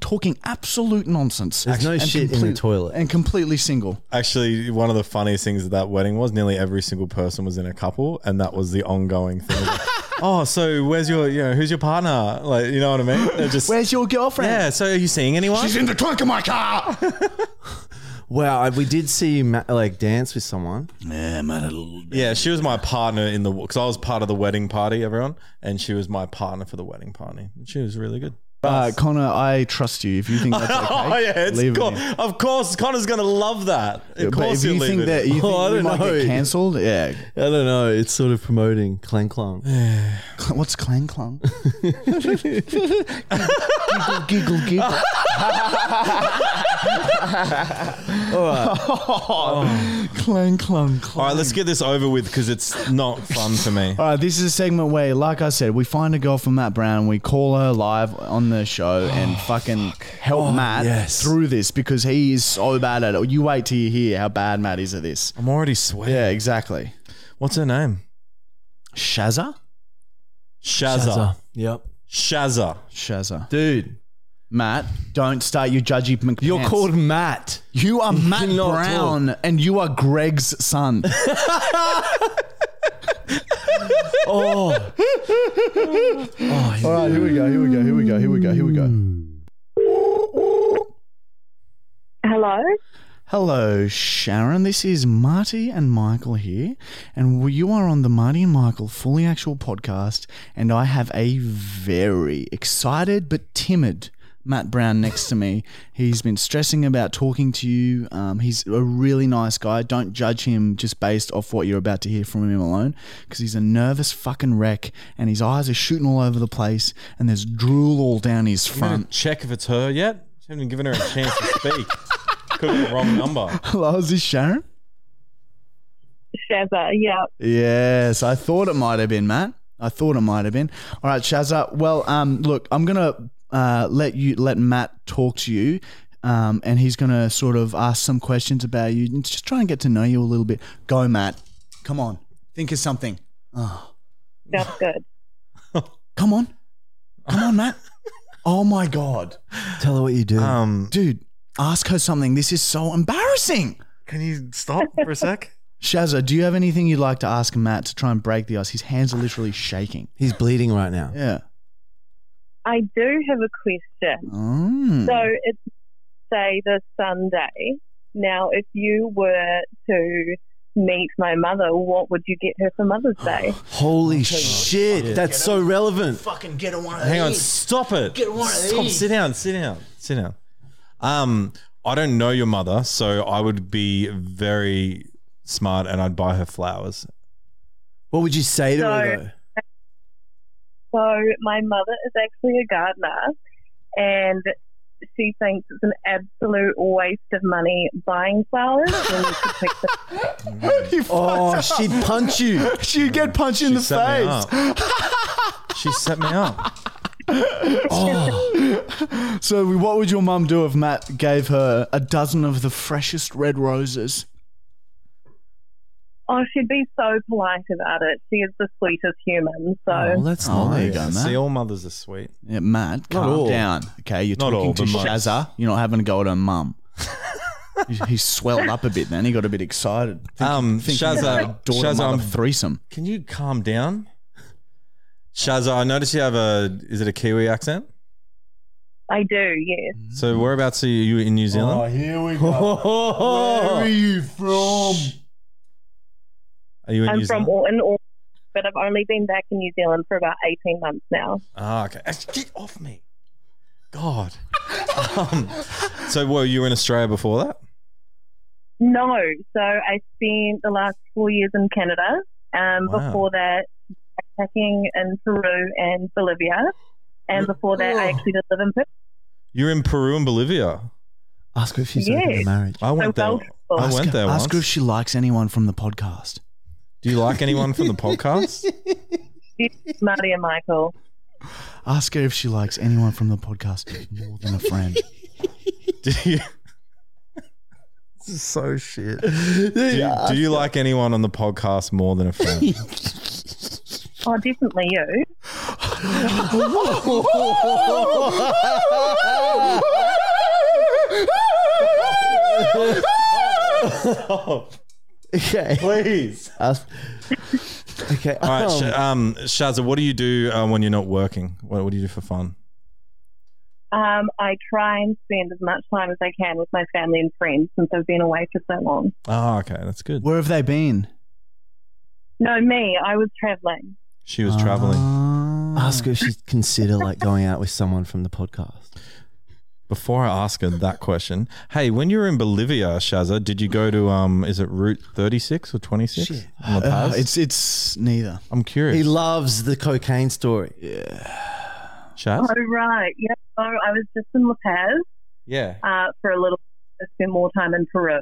Talking absolute nonsense.
There's no
And
shit in the toilet.
And completely single.
actually, one of the funniest things at that wedding was nearly every single person was in a couple, and that was the ongoing thing. oh, so where's your, you know, who's your partner? Like, you know what I mean? They're just
Where's your girlfriend?
yeah. So are you seeing anyone?
He's in the trunk of my car.
Wow, I- we did see you ma- like dance with someone.
Yeah, Matt, a little bit.
yeah, she was my partner in the because I was part of the wedding party, everyone, and she was my partner for the wedding party. She was really good.
Uh,
us.
Connor, I trust you. If you think that's okay,
oh yeah, it's
leave
cool.
it. here.
Of course, Connor's gonna love that. Of
But
course,
if you
he'll leave
think
it.
that you think
Oh, I
we
don't
might
know.
get cancelled, yeah.
I don't know. It's sort of promoting Clang Clang.
Cl- What's clang clung? giggle, giggle, giggle. Oh. Clang clung
All
clung.
right, let's get this over with because it's not fun for me.
All right, this is a segment where, like I said, we find a girl from Matt Brown, we call her live on the show, and fucking help Matt
Oh, yes.
through this because he is so bad at it. You wait till you hear how bad Matt is at this.
I'm already sweating.
Yeah, exactly.
What's her name?
Shazza,
Shazza.
Yep.
Shazza.
Shazza.
Dude,
Matt, don't start your judgy McPants.
you're called Matt.
You are Matt
cannot
Brown, and you are Greg's son.
Oh,
All right, here we go. Here we go. Here we go. Here we go. Here we go.
Hello.
Hello, Sharon. This is Marty and Michael here, and we- you are on the Marty and Michael Fully Actual podcast. And I have a very excited but timid Matt Brown next to me. He's been stressing about talking to you. Um, he's a really nice guy. Don't judge him just based off what you're about to hear from him alone, because he's a nervous fucking wreck, and his eyes are shooting all over the place, and there's drool all down his
I'm gonna
front.
check if it's her yet. I haven't even given her a chance to speak. Could be the wrong number.
Hello, is this Sharon?
Shazza, yeah.
Yes, I thought it might have been, Matt. I thought it might have been. All right, Shazza. Well, um, look, I'm gonna uh, let you let Matt talk to you, um, and he's gonna sort of ask some questions about you, and just try and get to know you a little bit. Go, Matt. Come on, think of something. Ah,
That's good.
Come on, come on, Matt. Oh my god,
tell her what you do.
Um,
dude, ask her something. This is so embarrassing.
can you stop for a sec?
Shazza, do you have anything you'd like to ask Matt to try and break the ice? His hands are literally shaking.
He's bleeding right now.
Yeah.
I do have a question.
Mm.
So it's say the Sunday. Now, if you were to meet my mother, what would you get her for Mother's Day?
Holy shit, that's so relevant.
fucking get her one of
Hang on, stop it. Get
one of
stop.
these.
Sit down. Sit down. Sit down. Um, I don't know your mother, so I would be very smart and I'd buy her flowers.
What would you say to her
No.
though?
So my mother is actually a gardener, and she thinks it's an absolute waste of money buying flowers. when you could pick them.
Oh, she'd punch you.
She'd get punched in the
set me
face.
up. she set me up.
Oh.
So, what would your mum do if Matt gave her a dozen of the freshest red roses?
Oh, she'd be so polite about it. She is the sweetest human. So
Oh, that's
Oh, there you
nice.
go,
See,
Matt.
all mothers are sweet.
Yeah, Matt, calm
all.
down. Okay, you're
Not
talking
all,
to
but most.
Shazza. You're not having a go at her mum. he, he swelled up a bit then. He got a bit excited. Think,
Um,
thinking
Shazza,
about daughter
Shazza,
mother
I'm-
threesome.
can you calm down? Shazza, I notice you have a. Is it a Kiwi accent?
I do, yes.
So whereabouts are you in New Zealand?
Oh, here we go. Where
Oh.
are you from?
Are you in
I'm
New
from Auckland,
Zealand?
Auckland, but I've only been back in New Zealand for about 18 months now.
Ah, okay. Ah, Get off me. God. um, so, were you were in Australia before that?
No, so I spent the last four years in Canada. Um,
Wow.
Before that, backpacking in Peru and Bolivia. And before that,
Oh.
I actually did live in Perth.
You're in Peru and Bolivia.
Ask her if she's open to
Yes.
marriage.
I went
well
there.
traveled.
I
Ask,
went
her,
there
ask her if
once.
she likes anyone from the podcast.
Do you like anyone from the podcast?
Marty and Michael.
Ask her if she likes anyone from the podcast more than a friend.
Do you? This is so shit. Do you, do you like anyone on the podcast more than a friend?
Oh, definitely you.
Okay.
Please.
Ask- okay.
All right,
um,
Sh- um, Shazza, what do you do uh, when you're not working? What, what do you do for fun?
Um, I try and spend as much time as I can with my family and friends since I've been away for so long.
Oh, okay, that's good.
Where have they been?
No, me, I was traveling.
She was traveling.
Ask her if she'd consider like going out with someone from the podcast.
Before I ask her that question, hey, when you were in Bolivia, Shaza, did you go to um? Is it Route Thirty Six or Twenty Six?
Shit.
Uh, it's it's neither.
I'm
He
curious.
loves the cocaine story.
Shaz?
Oh, right. Yeah. So I was just in La Paz
Yeah.
uh, for a little I spent more time in Peru.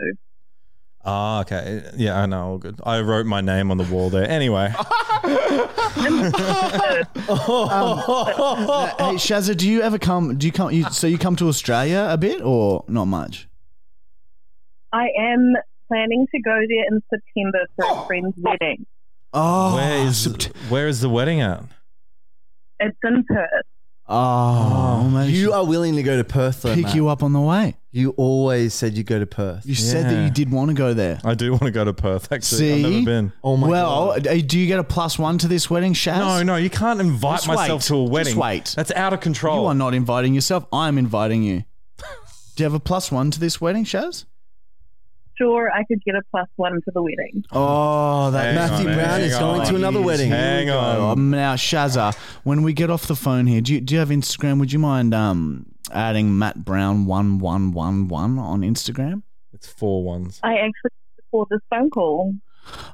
Ah, okay. Yeah, I know. All good. I wrote my name on the wall there. Anyway, Oh,
Uh, hey Shazza, do you ever come? Do you come? You, so you come to Australia a bit or not much?
I am planning to go there in September for a friend's wedding.
Oh,
where is
Sept-
where is the wedding at?
It's in Perth.
Oh, man,
You
you
are willing to go to Perth though.
pick
Matt.
you up on the way.
You always said you go to Perth.
You said that
Yeah.
you did want to go there.
I do want to go to Perth. Actually, I've
See?
never been.
Oh my
well,
god.
uh, do you get a plus one to this wedding, Shaz?
No, no, you can't invite
Just
myself
wait.
to a wedding.
Just wait.
That's out of control.
You are not inviting yourself. I'm inviting you. Do you have a plus one to this wedding, Shaz?
Sure, I could get a plus one to the wedding.
Oh, that
Hang
Matthew
on,
Brown
hang
is going
on.
to another wedding.
Hang on.
Um, now, Shazza, when we get off the phone here, do you, do you have Instagram? Would you mind um, adding Matt Brown one one one one on Instagram?
It's four ones.
I actually before this phone call.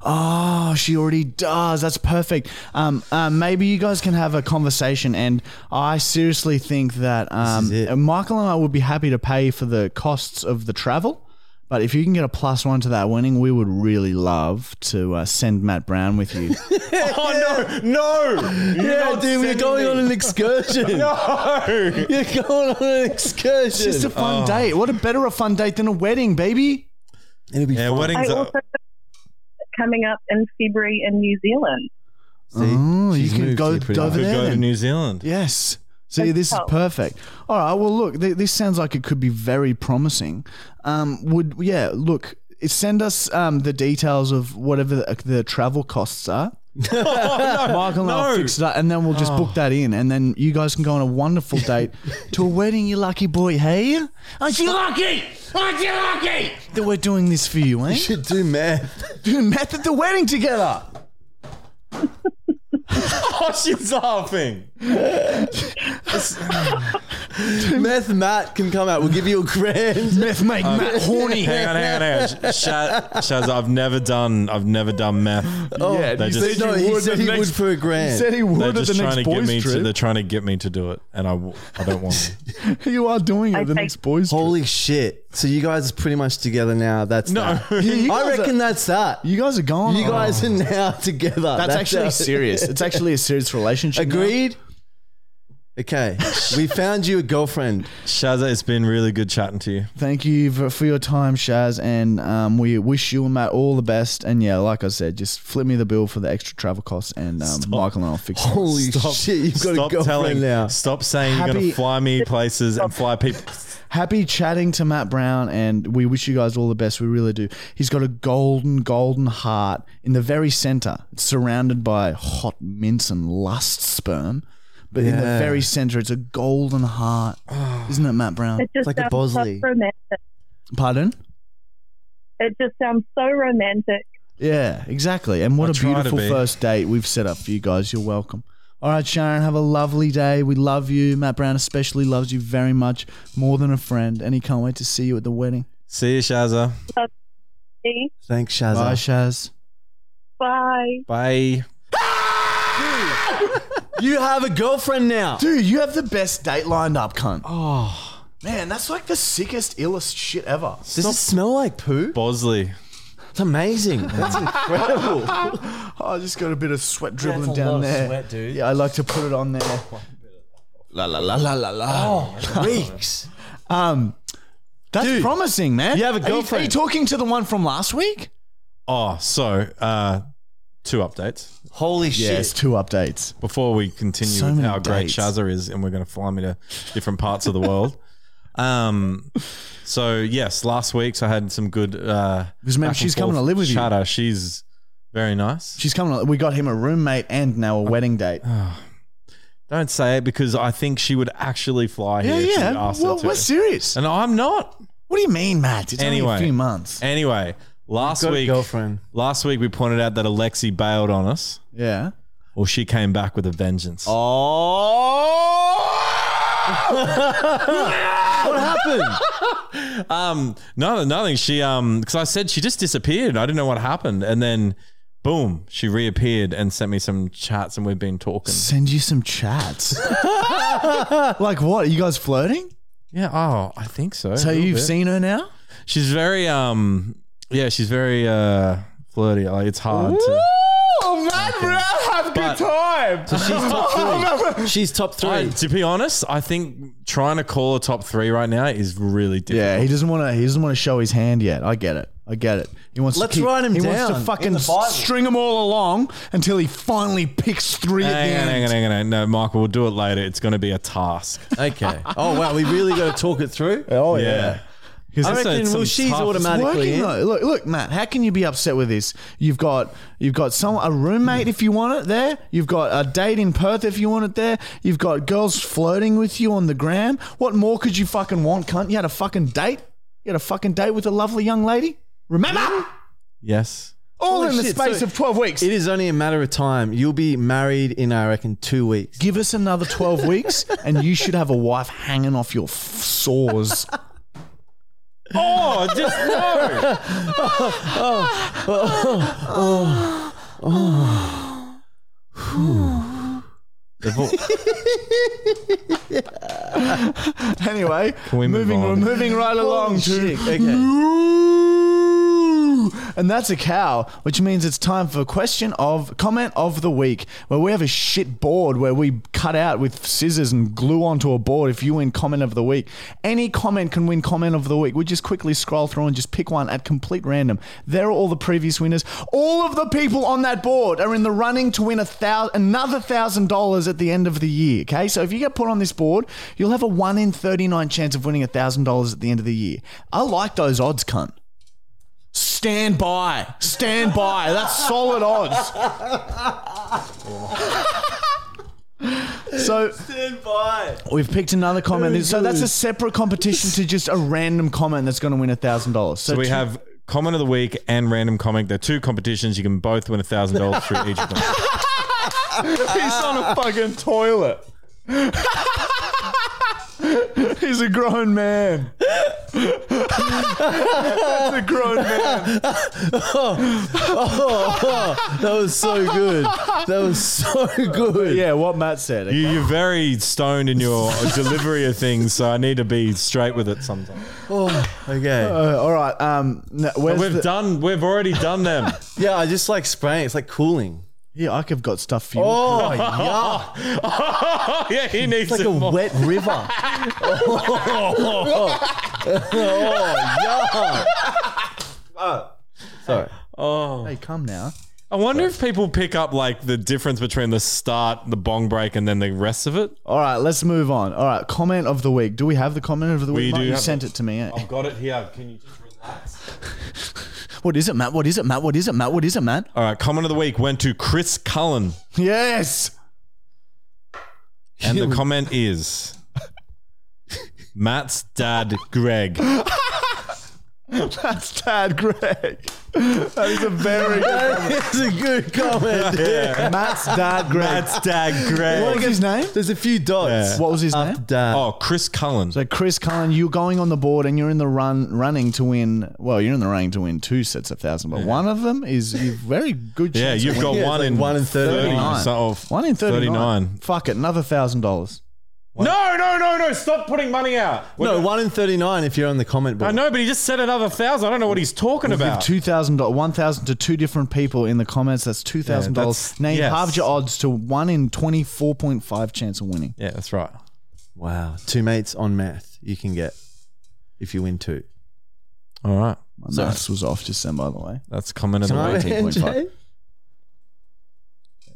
Oh, she already does. That's perfect. Um, uh, maybe you guys can have a conversation, and I seriously think that um,
is it.
Michael and I would be happy to pay for the costs of the travel. But if you can get a plus one to that winning, we would really love to uh, send Matt Brown with you.
Oh no, no! You're
Yeah,
not
dude, we're
sending
going
me-
on an excursion.
No.
You're going on an excursion.
It's just a
Oh.
fun date. What a better a fun date than a wedding, baby.
It'll be
Yeah,
fun.
I
weddings. Are,
also coming up in February in New Zealand.
See?
Oh, you
She's
can
moved
go
here pretty
over
much.
could
there
go to
then.
New Zealand.
Yes. See, this is
Oh.
perfect. All right. Well, look, th- this sounds like it could be very promising. Um, would yeah, look, send us um, the details of whatever the, the travel costs are. Michael and I'll
no.
fix it up, and then we'll just book that in, and then you guys can go on a wonderful date to a wedding. You lucky boy, hey? Aren't you lucky? Aren't you lucky that we're doing this for you, eh?
should do math.
Doing math at the wedding together.
Oh, she's laughing.
Meth Matt can come out. We'll give you a grand.
Meth make
Um,
Matt horny.
Uh, Hang on, hang on, hang on. Shaz, Shaz, I've never done, I've never done meth.
yeah,
they
Oh, you
just-
said
Oh, no,
you
he
would
said
the
he
next-
would for a
He
grand.
said he
They're
would at
just
the
trying to
next
get
boys
me to. They're
trip.
trying to get me to do it, and I, w- I don't want. to.
you are doing it
I
at the
think-
next boys
Holy shit. So you guys are pretty much together now. That's
No.
that.
trip. Yeah, you
I
guys
reckon
Are,
that's that.
you guys are going.
You
on.
guys are now together.
That's, actually
how-
serious. It's actually a serious relationship. now.
Agreed? Okay. we found you a girlfriend.
Shazza, it's been really good chatting to you.
Thank you for, for your time, Shaz, and um, we wish you and Matt all the best. And yeah, like I said, just flip me the bill for the extra travel costs, and um, Michael and I'll fix it.
Holy shit, you've got a girlfriend now.
Stop saying you're
Happy-
gonna fly me places and fly people.
Happy chatting to Matt Brown, and we wish you guys all the best. We really do. He's got a golden, golden heart in the very center. It's surrounded by hot mints and lust sperm, but in the
Yeah.
very center, it's a golden heart. Isn't it, Matt Brown?
It just
like a
sounds so
Bosley.
romantic.
Pardon?
It just sounds so romantic.
Yeah, exactly. And what
I
a
try to
beautiful
be.
first date we've set up for you guys. You're welcome. All right, Sharon, have a lovely day. We love you. Matt Brown especially loves you very much, more than a friend, and he can't wait to see you at the wedding.
See you, Shazza.
See?
Thanks, Shazza.
Bye, Shaz.
Bye.
Bye.
you have a girlfriend now.
Dude, you have the best date lined up, cunt. Oh. Man, that's like the sickest, illest shit ever.
Does it smell like poo?
Bosley.
It's amazing. That's incredible.
Oh, I just got a bit of sweat dribbling down there.
dude.
Yeah, I like to put it on there. La la la la la la.
Weeks.
Um, that's
Dude,
promising, man.
you have
Are
a
you- Are you,
girlfriend.
talking to the one from last week?
Oh, so uh, two updates
Holy shit.
two updates.
before we continue
So
with
many
how great
dates.
Shazza is, and we're going to fly me to different parts of the world. Um, so yes, last week's I had some good. Uh,
Because remember,
back
she's
and
coming
forth
to live with you.
chatter. She's very nice.
She's coming. We got him a roommate and now a wedding date.
Don't say it because I think she would actually fly
yeah,
here. if you
yeah.
asked her
Well,
to.
we're serious.
and I'm not.
What do you mean, Matt? It's
Anyway.
only a few months.
Anyway, last
Got a
week,
girlfriend.
last week we pointed out that Alexi bailed on us.
Yeah.
or she came back with a vengeance.
Oh!
what happened?
Um, no, nothing. She, um, because I said she just disappeared. I didn't know what happened, and then, boom, she reappeared and sent me some chats, and we've been talking.
Send you some chats. like what? Are you guys flirting?
Yeah. Oh, I think so.
So
A little
you've
bit.
seen her now?
She's very, um, yeah, she's very uh flirty. Like it's hard to.
Oh man, we have a
But-
time.
So she's top three. She's top three.
I- to be honest, I think trying to call a top three right now is really difficult.
Yeah, he doesn't want to. He doesn't want to show his hand yet. I get it. I get it. He wants
Let's
to keep,
write him
He wants
down
to
in
fucking
the Bible.
string them all along until he finally picks three at the
Hang on, hang
end.
on, hang on, hang on. No, Michael, we'll do it later. It's going to be a task.
Okay. Oh wow, we really got to talk it through.
Oh
Yeah.
I
That's a-
reckon.
some
Well, she's
tough-
automatically
Working
in.
though. Look, look, Matt. How can you be upset with this? You've got you've got some a roommate if you want it there. You've got a date in Perth if you want it there. You've got girls flirting with you on the gram. What more could you fucking want, cunt? You had a fucking date. You had a fucking date with a lovely young lady. Remember,
Yes.
all
Holy
in the
shit,
space
so
of twelve weeks.
It is only a matter of time. You'll be married in, I reckon, two weeks.
Give us another twelve weeks, and you should have a wife hanging off your f- sores.
Oh, just no.
anyway,
we move
moving,
on?
we're moving right along
Holy
to
shit, Okay.
Ooh. And that's a cow, which means it's time for question of comment of the week, where we have a shit board where we cut out with scissors and glue onto a board if you win comment of the week. Any comment can win comment of the week. We just quickly scroll through and just pick one at complete random. There are all the previous winners. All of the people on that board are in the running to win a thousand, another thousand dollars at the end of the year. Okay, so if you get put on this board, you'll have a one in thirty-nine chance of winning a thousand dollars at the end of the year. I like those odds, cunt. Stand by. Stand by. That's solid odds. So we've picked another comment. So that's a separate competition to just a random comment that's going to win a thousand dollars.
So we have comment of the week and random comment. They're two competitions. You can both win a thousand dollars through each of them.
he's on a fucking toilet. he's a grown man. that's a grown man.
That was so good. That was so good.
Yeah, what Matt said.
You, you're very stoned in your delivery of things, so I need to be straight with it sometimes.
Oh, Okay.
Uh, all right. Um, no, where's
We've
the-
done. We've already done them.
Yeah, I just like spraying. It's like cooling.
yeah, I could have got stuff for you.
Oh, yeah.
oh, yeah, he needs
It's like
it
a
more.
wet river.
Oh.
Hey, come now.
I wonder if people pick up like the difference between the start, the bong break, and then the rest of it.
All right, let's move on. All right, comment of the week. Do we have the comment of the
We
week? Mike?
do
You
have
sent
it. Oh.
it to me. eh?
got it here. Can you just relax?
What is it, Matt? What is it, Matt? What is it, Matt? What is it, Matt?
All right, comment of the week went to Chris Cullen,
Yes.
and the comment is Matt's dad, Greg.
That's Dad Greg. That is a very good
It's a good comment.
Matt's Dad Greg.
Matt's dad,
what was
Greg.
his name?
There's a few dots.
Yeah.
What was his
Up,
name?
down.
Oh, Chris Cullen.
So Chris Cullen, you're going on the board and you're in the run running to win. Well, you're in the running to win two sets of thousand, but one of them is you very good.
Yeah,
chance of
you've got
winning.
it's
one
like
in
one in
39.
So, oh,
one in thirty
39.
nine. Fuck it, another thousand dollars.
No, no, no, no! Stop putting money out.
no, one in 39 if you're on the comment board.
I know, but he just said another thousand. I don't know what he's talking
Give
about.
two thousand dollars, one thousand to two different people in the comments. That's two thousand dollars.
that's-
Now you
yes.
halved your odds to one in twenty four point five chance of winning.
yeah, that's right.
Wow. Two mates on math you can get if you win two.
All right,
My maths was off just then, by the way.
that's comment of the
I-
week.
18.5.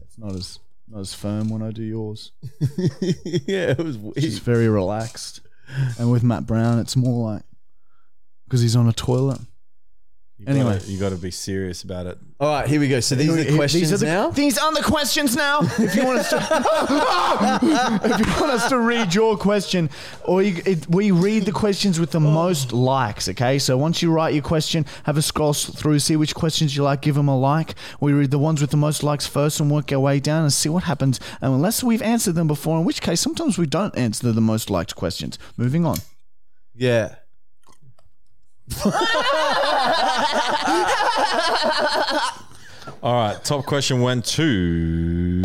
It's not as not as firm when I do yours.
yeah, it was weird.
It's very relaxed, and with Matt Brown, it's more like because he's on a toilet.
You
Anyway.
gotta, you got to be serious about it.
All right, here we go. So these are the questions
these are the,
now.
These are the questions now. If you want us to, if you want us to read your question, or you, it, we read the questions with the most likes. Okay, so once you write your question, have a scroll s- through, see which questions you like, give them a like. We read the ones with the most likes first, and work our way down and see what happens. And unless we've answered them before, in which case sometimes we don't answer the most liked questions. Moving on.
yeah.
All right, top question went to.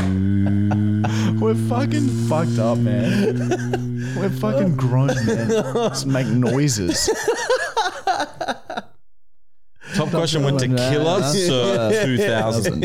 We're fucking fucked up, man. We're fucking grown men. Let's make noises.
Top question went to uh,
Nah.
Killer Sir 2000.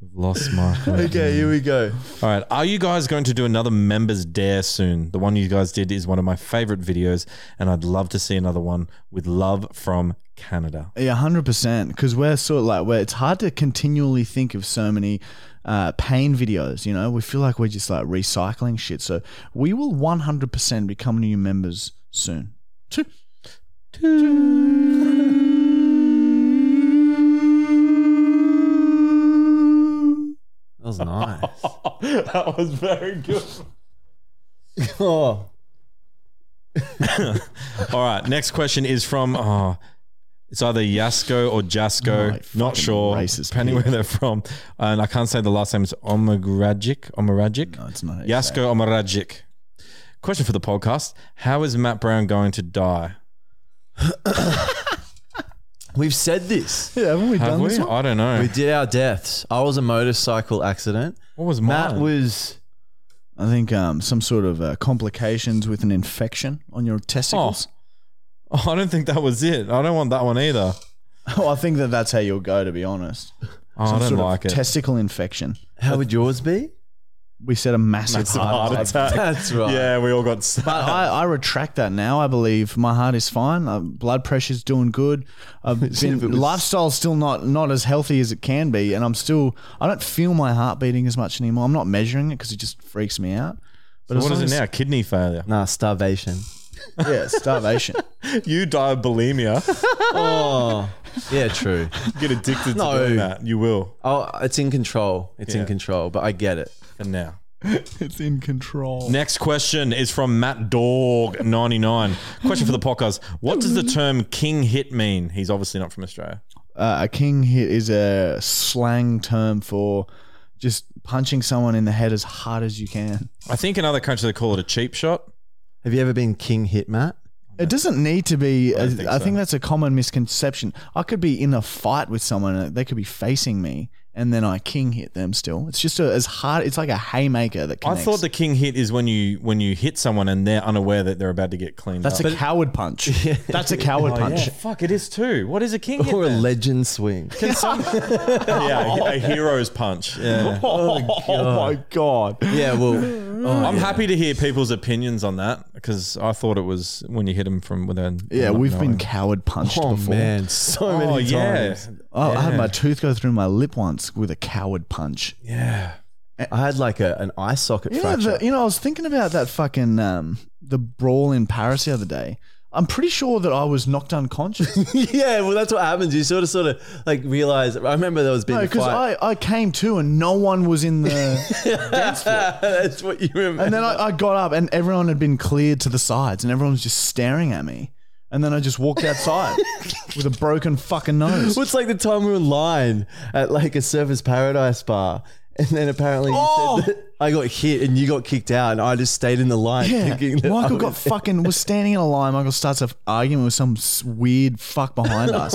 We've Lost my.
Okay, here we go.
All right. Are you guys going to do another members dare soon? The one you guys did is one of my favorite videos, and I'd love to see another one with love from Canada.
Yeah, hundred percent. Because we're sort of like where it's hard to continually think of so many uh, pain videos. You know, we feel like we're just like recycling shit. So we will one hundred percent become new members soon. Two.
That was nice.
that was very good.
oh,
All right. Next question is from. Oh, it's either Yasko or Jasko.
Right,
Not
fucking
sure.
racist
Depending
pig.
where they're from. And I can't say the last name. It's Omaragic. Omaragic.
No, it's not. how you say it.
Yasko Omaragic. Question for the podcast How is Matt Brown going to die?
we've said this.
Yeah, haven't we
Have
done
we?
this one?
I don't know.
We did our deaths. I was a motorcycle accident.
what was
Matt
mine?
was.
I think um, some sort of uh, complications with an infection on your testicles.
Oh, I don't think that was it. I don't want that one either.
Oh, I think that that's how you'll go. To be honest,
Oh, I
Some
don't
sort of
like it.
Testicle infection.
How would yours be?
We said a massive,
Massive
heart,
heart
attack.
attack.
That's right.
Yeah, we all got. s-
But I, I retract that now. I believe my heart is fine. Uh, blood pressure's doing good. I've been, lifestyle's still not not as healthy as it can be, and I'm still I don't feel my heart beating as much anymore. I'm not measuring it because it just freaks me out. But as
What is
long
it
as-
now? Kidney failure.
Nah, starvation.
Yeah, starvation.
You die of bulimia.
Oh, yeah, true.
Get addicted to
No.
doing that. You will.
Oh, it's in control. It's
Yeah.
in control. But I get it.
And now.
it's in control.
Next question is from Matt Dog99. Question for the podcast What does the term king hit mean? He's obviously not from Australia.
Uh, a king hit is a slang term for just punching someone in the head as hard as you can.
I think in other countries they call it a cheap shot.
Have you ever been king hit, Matt?
It doesn't need to be. I,
don't think
I
so.
think that's a common misconception. I could be in a fight with someone, and they could be facing me, and then I king hit them. Still, it's just a, as hard. It's like a haymaker that connects.
I thought the king hit is when you when you hit someone and they're unaware that they're about to get cleaned
that's
up.
a coward punch. That's a coward punch.
Oh, yeah, fuck, it is too. What is a king hit?
Or a
then?
legend swing?
yeah, a, a hero's punch. Yeah.
Oh, my god!
yeah, well, oh,
I'm happy to hear people's opinions on that because I thought it was when you hit them from within.
Yeah,
not
we've
knowing.
been coward punched
oh
before.
man, so many
Oh
times.
yeah,
Oh, I had my tooth go through my lip once with a coward punch.
Yeah. I had like a, an eye socket
You know,
fracture.
the, you know, I was thinking about that fucking um, the brawl in Paris the other day. I'm pretty sure that I was knocked unconscious.
yeah, well, that's what happens. You sort of, sort of like realize. I remember there was being
No,
a
because
fight.
I, I came to and no one was in the.
that's what you remember.
and then I, I got up and everyone had been cleared to the sides and everyone was just staring at me. And then I just walked outside with a broken fucking nose.
Well, it's like the time we were in line at like a Surfers Paradise bar, and then apparently you
Oh!
said that I got hit and you got kicked out, and I just stayed in the line
Yeah,
thinking that
Michael
I
got
was-
fucking was standing in a line. Michael starts an argument with some s- weird fuck behind us,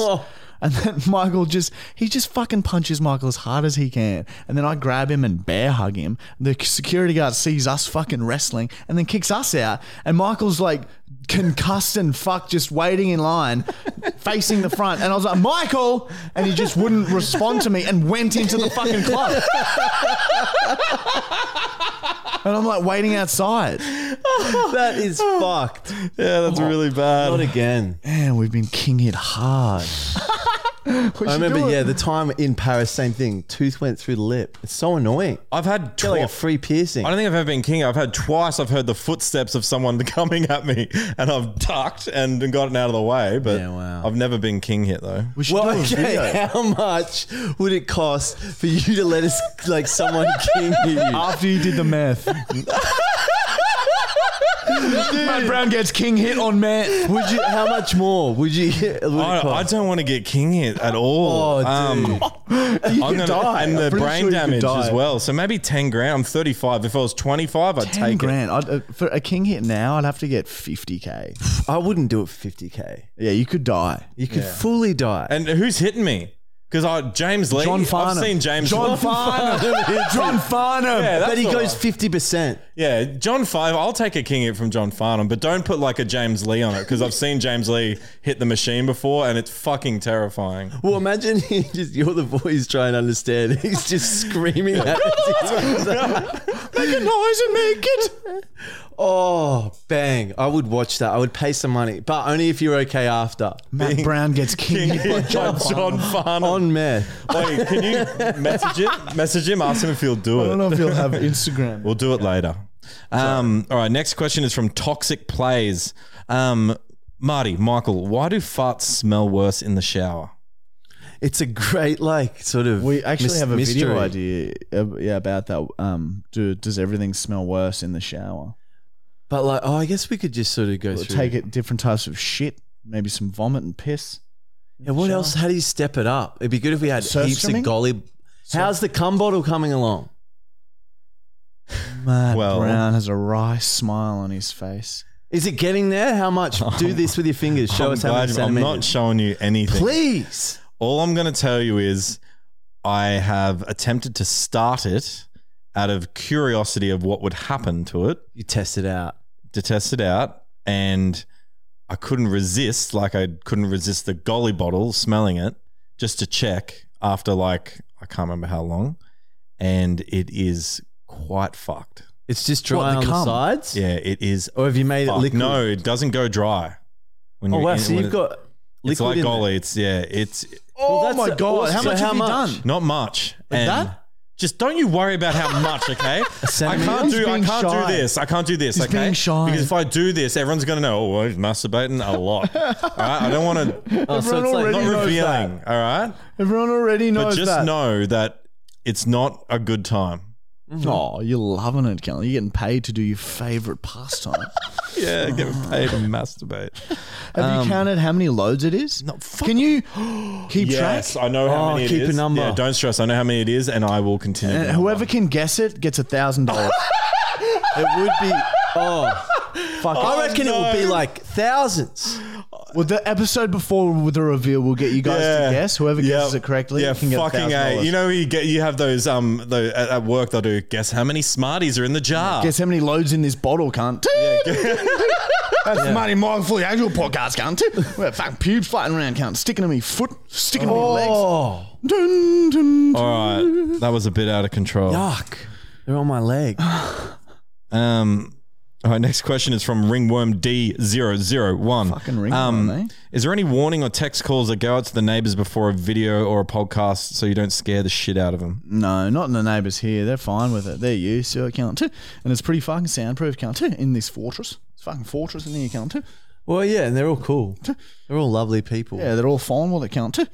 and then Michael just he just fucking punches Michael as hard as he can, and then I grab him and bear hug him. The security guard sees us fucking wrestling, and then kicks us out, and Michael's like concussed and fucked, just waiting in line, facing the front, and I was like Michael, and he just wouldn't respond to me, and went into the fucking club. And I'm like waiting outside.
that is fucked.
yeah, that's really bad.
Not again.
Man, we've been king hit hard.
I remember, yeah, the time in Paris, same thing. Tooth went through the lip. It's so annoying.
I've had
Get like a
twi-
free piercing.
I don't think I've ever been king. I've had twice. I've heard the footsteps of someone coming at me, and I've ducked and gotten out of the way. But
Yeah, wow.
I've never been king hit though.
We should
Well,
do a video.
okay, how much would it cost for you to let us, like, someone king you?
After you did the math,
Matt Brown gets king hit on Matt.
Would you, how much more would you, would it cost?
I, I don't want to get king hit at all. Um,
Oh, dude.
I'm gonna,
die.
and
I'm
the
pretty
brain
sure you could
damage
die.
as well. So maybe ten grand. I'm 35. If I was 25, I'd
ten
take
grand I'd, uh, for a king hit now. I'd have to get fifty k.
I wouldn't do it for 50K.
Yeah, you could die.
You could fully die.
it. And who's hitting me? Because I James Lee.
John Farnham.
I've seen James.
John Farnham. John Farnham.
Yeah, that's
but he
all
goes
right.
50%.
Yeah, John Five. I'll take a king hit from John Farnham, but don't put like a James Lee on it because I've seen James Lee hit the machine before, and it's fucking terrifying.
Well, imagine he just, you're the voice trying to understand. He's just screaming at us. Make a noise and make it. Oh, bang. I would watch that. I would pay some money, but only if you're okay after.
Matt Brown gets king
King
hit by
hit
John
John,
Farnham.
John Farnham.
On meth.
Wait, can you message him? Message him. Ask him if he'll do it.
I don't know if he'll have Instagram.
We'll do it later. Um, all right. Next question is from Toxic Plays. Um, Marty, Michael, why do farts smell worse in the shower?
It's a great, like, sort of.
We actually
mys-
have a video
mystery.
idea, uh, yeah, about that. Um, do, does everything smell worse in the shower?
But, like, oh, I guess we could just sort of go
We'll
through.
take it different types of shit, maybe some vomit and piss.
Yeah, what else? How do you step it up? It'd be good if we had
Surf
heaps
streaming?
of golly. How's the cum bottle coming along?
Matt
Well-
Brown has a wry smile on his face.
Is it getting there? How much? Do this with your fingers. Show
I'm,
us how
glad
much
I'm
centimeters.
not showing you anything.
Please.
All I'm going to tell you is I have attempted to start it out of curiosity of what would happen to it
You test it out.
to test it out. And I couldn't resist, like, I couldn't resist the golly bottle smelling it just to check after, like, I can't remember how long. And it is quite fucked.
It's just dry
the
on the
cum?
sides?
Yeah, it is.
Or have you made it
fucked.
liquid?
No, it doesn't go dry. When
Oh,
you're
wow.
in-
So
when
you've
it-
got liquid
It's like
in there.
golly. It's, yeah, it's
Well,
Oh
that's
my
a-
God, how
so
much have you done?
Not much. And
that?
Just don't you worry about how much, okay? I
centimeter?
can't
He's
do. I
being
can't
shy.
do this. I can't do this.
He's
okay?
being shy.
Because if I do this, everyone's gonna know. Oh, well, he's masturbating a lot. All right. I don't want to.
Oh, so
Everyone
it's like
already
Not
knows
revealing. All right.
Everyone already
But
knows
just
that.
know that it's not a good time.
Oh, you're loving it, Kelly. You're getting paid to do your favorite pastime.
Yeah, get paid to masturbate.
have you counted how many loads it is? No, Can you keep
Yes,
track?
I know how
Oh,
many it is.
keep a number.
Yeah, don't stress. I know how many it is, and I will continue.
And
the
Uh, whoever
number.
can guess it gets a thousand dollars.
It would be. Oh. Fuck. I reckon it
no.
would be like thousands.
Well, the episode before with the reveal, we'll get you guys to guess. Whoever
Yeah.
guesses it correctly,
yeah,
can get
fucking a.
$1,000.
You know, you get you have those um, the, at, at work they'll do. Guess how many Smarties are in the jar?
Guess how many loads in this bottle, cunt?
That's the Marty Morgan for the actual podcast, cunt. We have fucking pubes flying around, cunt. Sticking to me foot, sticking to me legs.
Oh.
Dun, dun, dun.
All right, that was a bit out of control.
Yuck. They're on my leg.
Um, all right, next question is from Ringworm D001.
Fucking ringworm,
um,
eh?
Is there any warning or text calls that go out to the neighbors before a video or a podcast so you don't scare the shit out of them?
No, not in the neighbours here. They're fine with it. They're used to it, cunt. And it's pretty fucking soundproof, cunt, in this fortress. It's fucking fortress in here, cunt.
Well, yeah, and they're all cool. They're all lovely people.
Yeah, they're all fine with it, cunt.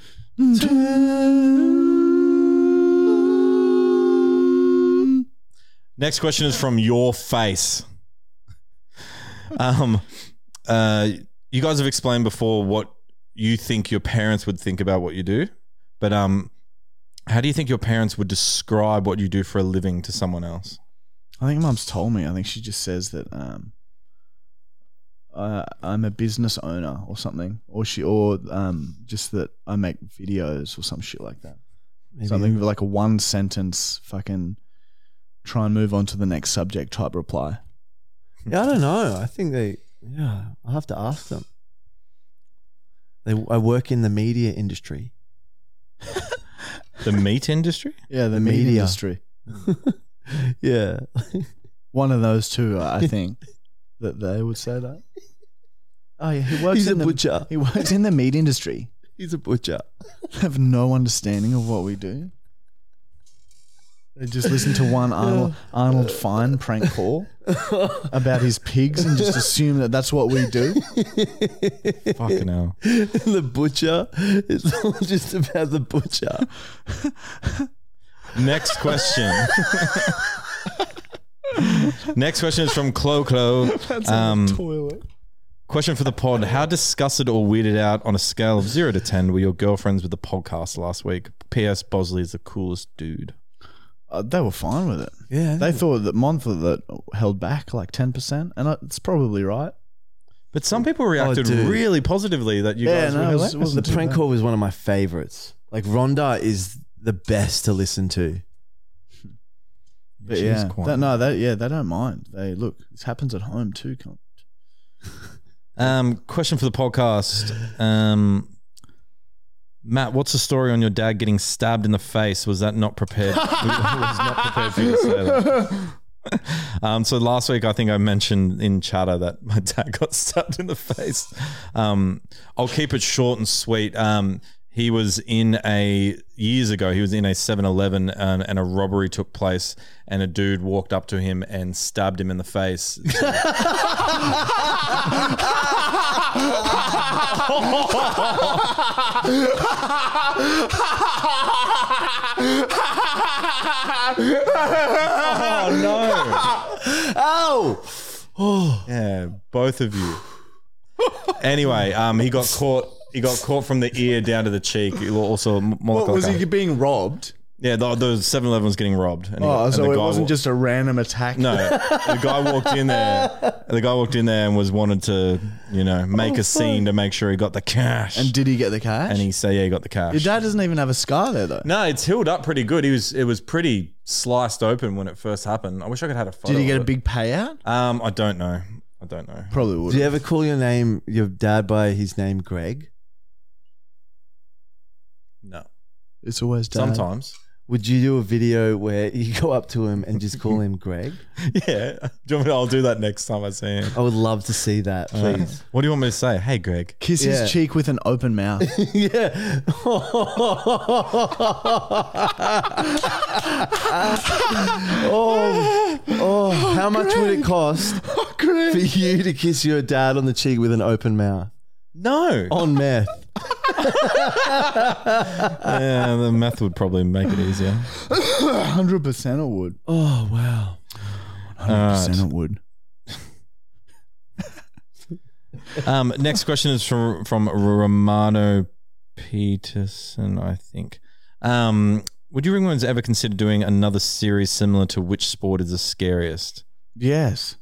Next question is from Your Face. um, uh, you guys have explained before what you think your parents would think about what you do, but um, how do you think your parents would describe what you do for a living to someone else?
I think mum's told me. I think she just says that um, uh, I'm a business owner or something, or she, or um, just that I make videos or some shit like that.
Maybe-
Something like a one sentence fucking try and move on to the next subject type reply.
Yeah, I don't know. I think they. Yeah, I'll have to ask them. They, I work in the media industry.
The meat industry?
Yeah, the,
media.
media. industry.
Yeah,
One of those two, I think, that they would say that. Oh yeah, he works
he's a
in the
butcher.
he works in the meat industry.
He's a butcher.
have no understanding of what we do. They just listen to one Arnold, Arnold Fine prank call about his pigs and just assume that that's what we do.
Fucking hell.
the butcher. It's all just about the butcher.
Next question. Next question is from Clo Clo. Um,
Toilet.
question for the pod: How disgusted or weirded out on a scale of zero to ten were your girlfriends with the podcast last week? P.S. Bosley is the coolest dude.
Uh, they were fine with it.
Yeah.
They thought that Mon thought that held back like ten percent, and I- it's probably right.
But some people reacted
dude.
really positively that you
Yeah,
guys
no, it
were
was-
hilarious.
it wasn't
the
too
prank
bad.
call was one of my favorites. Like Rhonda is the best to listen to.
But
She's
yeah,
quiet.
that, no, that yeah, they don't mind. They look. This happens at home too. cunt.
Um, question for the podcast. Um, Matt, what's the story on your dad getting stabbed in the face? Was that not prepared? was not prepared for you to say that. Um, so last week, I think I mentioned in chatter that my dad got stabbed in the face. Um, I'll keep it short and sweet. Um, he was in a years ago. He was in a 7-Eleven and, and a robbery took place, and a dude walked up to him and stabbed him in the face. oh no!
Oh!
Yeah, both of you. anyway, um, he got caught. He got caught from the ear down to the cheek. He Also, more like a-
being robbed?
yeah, the, the 7-Eleven was getting robbed. And he-
Oh,
and
so
the
it
guy
wasn't
wa-
just a random attack.
no. The guy walked in there. The guy walked in there and was wanted to, you know, make a scene to make sure he got the cash.
Oh, And
And,
did he get the cash?
he said, yeah, he got the cash.
Your dad doesn't even have a scar there though.
no, it's healed up pretty good. He was it was pretty sliced open when it first happened. I wish I could have had a photo.
Did he get
of
a
it.
big payout?
Um, I don't know. I don't know.
Probably would.
Do you ever call your name, your dad by his name, Greg?
No.
It's always dad.
Sometimes.
Would you do a video where you go up to him and just call him Greg?
Yeah. Do you want me to, I'll do that next time I see him. Uh,
I would love to see that, please.
What do you want me to say? Hey, Greg.
Kiss
Yeah.
his cheek with an open mouth.
yeah. oh, oh, how much would it cost
Oh,
for you to kiss your dad on the cheek with an open mouth
No.
on meth?
Yeah, the meth would probably make it easier.
Hundred percent it would.
Oh, wow.
Hundred percent it would.
Um, next question is from from Romano Peterson, I think. Um, would you ringworms ever consider doing another series similar to which sport is the scariest?
Yes.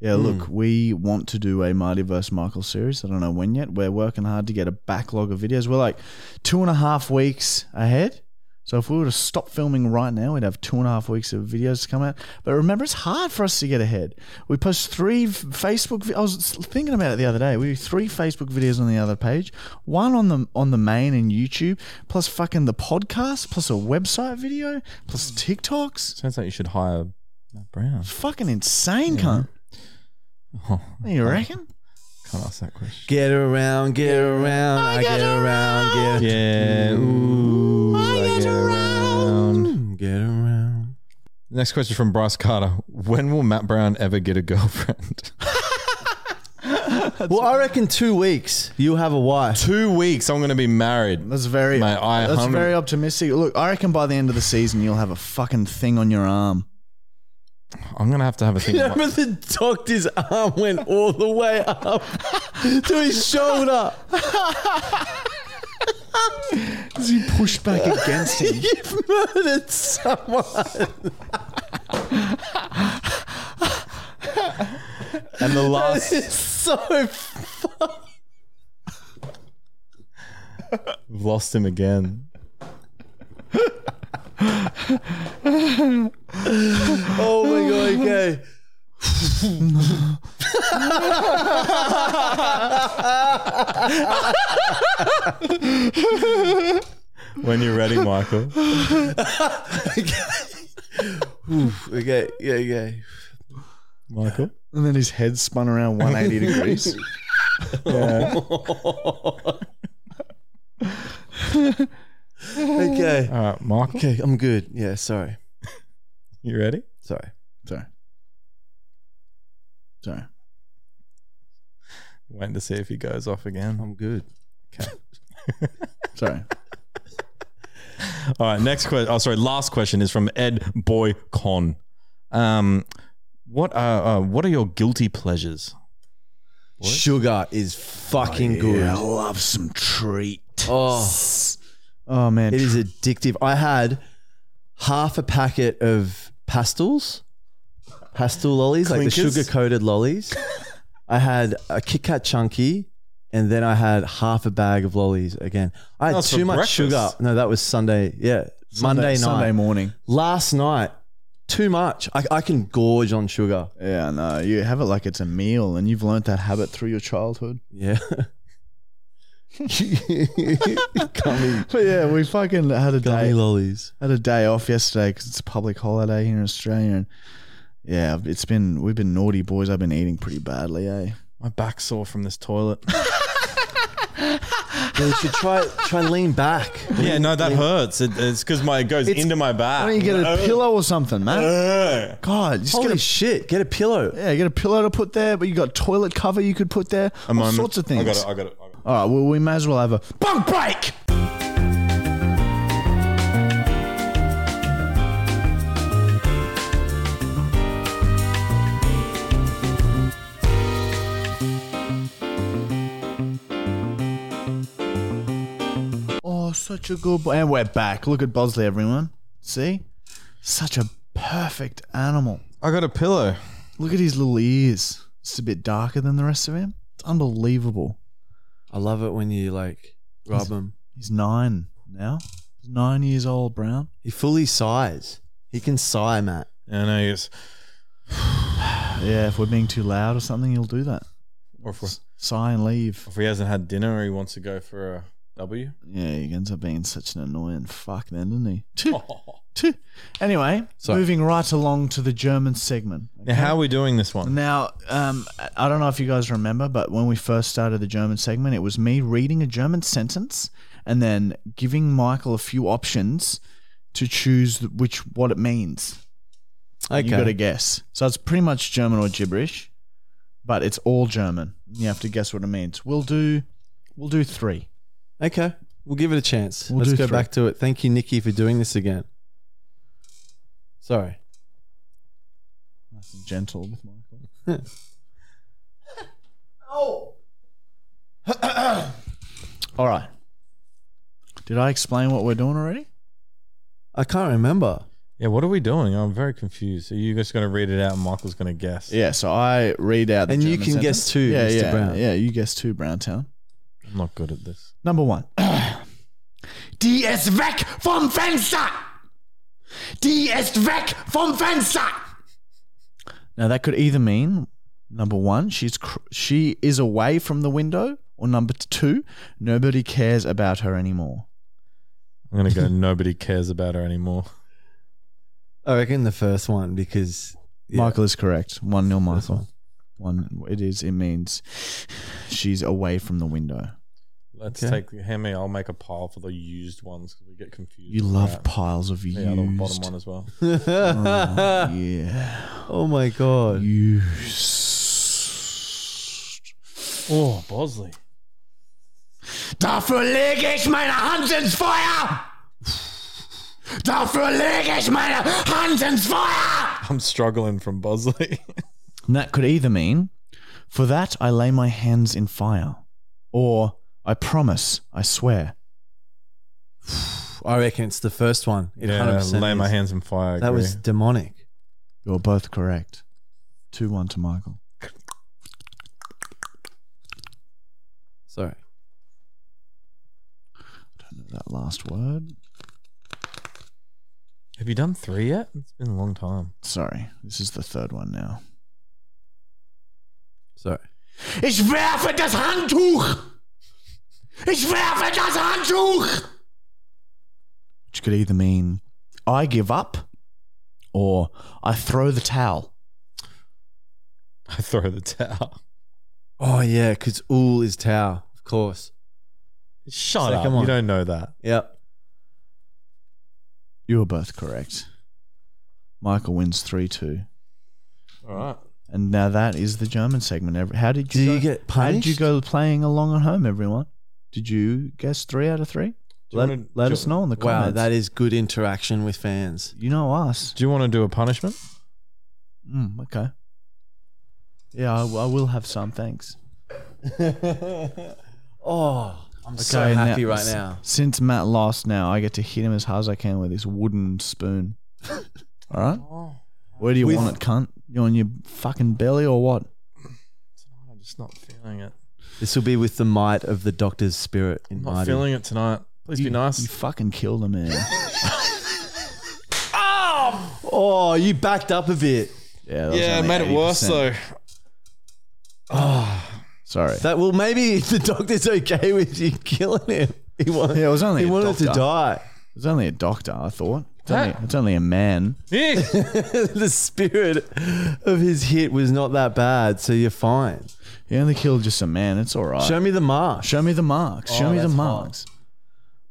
Yeah, look, we want to do a Marty vs. Michael series. I don't know when yet. We're working hard to get a backlog of videos. We're like two and a half weeks ahead. So if we were to stop filming right now, we'd have two and a half weeks of videos to come out. But remember, it's hard for us to get ahead. We post three f- Facebook. vi- I was thinking about it the other day. We do three Facebook videos on the other page, one on the on the main and YouTube, plus fucking the podcast, plus a website video, plus TikToks.
Sounds like you should hire Matt Brown.
It's fucking insane, cunt.
Oh,
You reckon?
can't ask that question.
Get around, get around, I get around, get,
Yeah. Ooh, I get around.
get around.
Next question from Bryce Carter. When will Matt Brown ever get a girlfriend?
well, I reckon two weeks you'll have a wife.
Two weeks, I'm going to be married.
That's very
Mate, I
that's
100
very optimistic. Look, I reckon by the end of the season you'll have a fucking thing on your arm.
I'm going to have to have a think.
You
about-
remember the doctor's arm went all the way up to his shoulder.
He pushed back against him.
You've murdered someone.
and the last
It's so
We've lost him again.
Oh my god, okay.
When you're ready, Michael.
Okay, yeah, okay.
Michael.
And then his head spun around 180 degrees.
Michael?
Okay, I'm good. Yeah, sorry.
You ready?
Sorry.
Sorry. Sorry.
Waiting to see if he goes off again.
I'm good.
Sorry.
All right, next question. Oh, sorry, last question is from Ed Boy Con. Um, what are uh, what are your guilty pleasures?
Sugar is fucking
Oh,
good.
love some treat.
Oh,
Oh man.
it is addictive. I had half a packet of pastels, pastel lollies, like the
Clinkers?
sugar coated lollies. I had a Kit Kat chunky, and then I had half a bag of lollies again. I had
That was for
too much
breakfast.
sugar. No, that was Sunday. Yeah,
Sunday-
Monday night.
Sunday morning.
Last night, too much. I, I can gorge on sugar.
Yeah, no, you have it like it's a meal, and you've learnt that habit through your childhood.
Yeah. Gummy,
But yeah, we fucking had a
gummy
day
lollies.
had a day off yesterday because it's a public holiday here in Australia, and yeah, it's been we've been naughty boys. I've been eating pretty badly, eh?
My back sore from this toilet.
Yeah, you should try try lean back.
yeah, no, that hurts. It, it's because my it goes into my back.
Why don't you get a pillow or something, man?
Ugh.
God, just
Holy
get a
shit! Get a pillow.
yeah, get a pillow to put there, but you got toilet cover you could put there, all
moment.
sorts of
I
things.
got it. I got it. I got it.
All right, well, we may as well have a bunk break. Oh, such a good boy. And we're back. Look at Bosley, everyone. See? Such a perfect animal.
I got a pillow.
Look at his little ears. It's a bit darker than the rest of him. It's unbelievable.
I love it when you like rub him.
He's nine now. He's nine years old, Brown.
He fully sighs. He can sigh, Matt.
Yeah, no, yes.
Yeah, if we're being too loud or something, he'll do that.
Or if, we're-
Sigh and leave.
if he hasn't had dinner or he wants to go for a W.
Yeah, he ends up being such an annoying fuck then, doesn't he? Tch, tch. anyway,
Sorry.
moving right along to the German segment.
Now, how are we doing this one?
Now, um, I don't know if you guys remember, but when we first started the German segment, it was me reading a German sentence and then giving Michael a few options to choose which what it means.
Okay.
You got to guess. So it's pretty much German or gibberish, but it's all German. You have to guess what it means. We'll do, we'll do three.
okay. We'll give it a chance.
We'll
Let's
do
go
three.
back to it. Thank you, Nikki, for doing this again. Sorry.
Nice and gentle with Michael. oh. all right. Did I explain what we're doing already?
I can't remember.
Yeah, what are we doing? I'm very confused. Are you just going to read it out and Michael's going to guess?
Yeah. So I read out, the
And you
German
can
sentence.
guess too,
Yeah,
Mr.
yeah,
Brown.
yeah. You guess too, Browntown.
I'm not good at this.
Number one.
Die ist weg vom Fenster! Die ist weg vom Fenster!
Now that could either mean number one, she's cr- she is away from the window, or number two, nobody cares about her anymore.
I'm going to go, nobody cares about her anymore.
I reckon the first one because Yeah.
Michael is correct. One nil, Michael.
one.
One. It is. It means she's away from the window.
Let's
Okay.
take, hand me, I'll make a pile for the used ones because we get confused.
You
with
love
that.
piles of used.
Yeah, the bottom one as well.
Oh, yeah.
oh my god.
Used.
Oh, Bosley.
Dafür lege ich meine Hand ins Feuer! Dafür lege ich meine Hand ins Feuer!
I'm struggling from Bosley.
And that could either mean, for that I lay my hands in fire, or I promise, I swear.
I reckon it's the first one. It
yeah,
100%
lay my
is.
hands in fire. I
That
agree.
was demonic.
You're both correct. 2 1 to Michael.
Sorry.
That last word.
Have you done three yet? It's been a long time.
Sorry, this is the third one now.
Sorry.
Ich werfe das Handtuch! Ich werfe das Handtuch!
Which could either mean I give up or I throw the towel.
I throw the towel.
Oh yeah, because all is tau, of course.
Shut
Oh,
Second
up.
one.
You don't know that.
Yep.
You were both correct. Michael wins 3 2.
All right.
And now that is the German segment. Every- How did you,
Do
go-
you get
How did
punished?
you go playing along at home, everyone? Did you guess three out of three?
Do you
Let,
wanna-
let
do-
us know in the
Wow,
comments.
that is good interaction with fans.
you know us.
Do you want to do a punishment?
Mm, okay. Yeah, I, I will have some. Thanks.
Oh, I'm so happy right
s-
now.
Since Matt lost, now I get to hit him as hard as I can with this wooden spoon. All right.
Oh.
Where do you
With-
want it, cunt? You on your fucking belly or what?
I'm just not feeling it.
This will be with the might of the doctor's spirit in
I'm not
mind.
feeling it tonight. Please be
You
nice.
fucking killed a man.
Oh, you backed up a bit.
Yeah. that was only 8%. Sorry.
That well, maybe the doctor's okay with you killing him. He wanted,
Yeah, it was only
he
a
wanted to
doctor.
die.
It's only a doctor. I thought. It's
That-
only, it's only a man.
Nick,
the spirit of his hit was not that bad, so you're fine.
He only killed just a man. It's all right.
Show me the marsh.
Show me the marks.
Oh,
Show me the marks.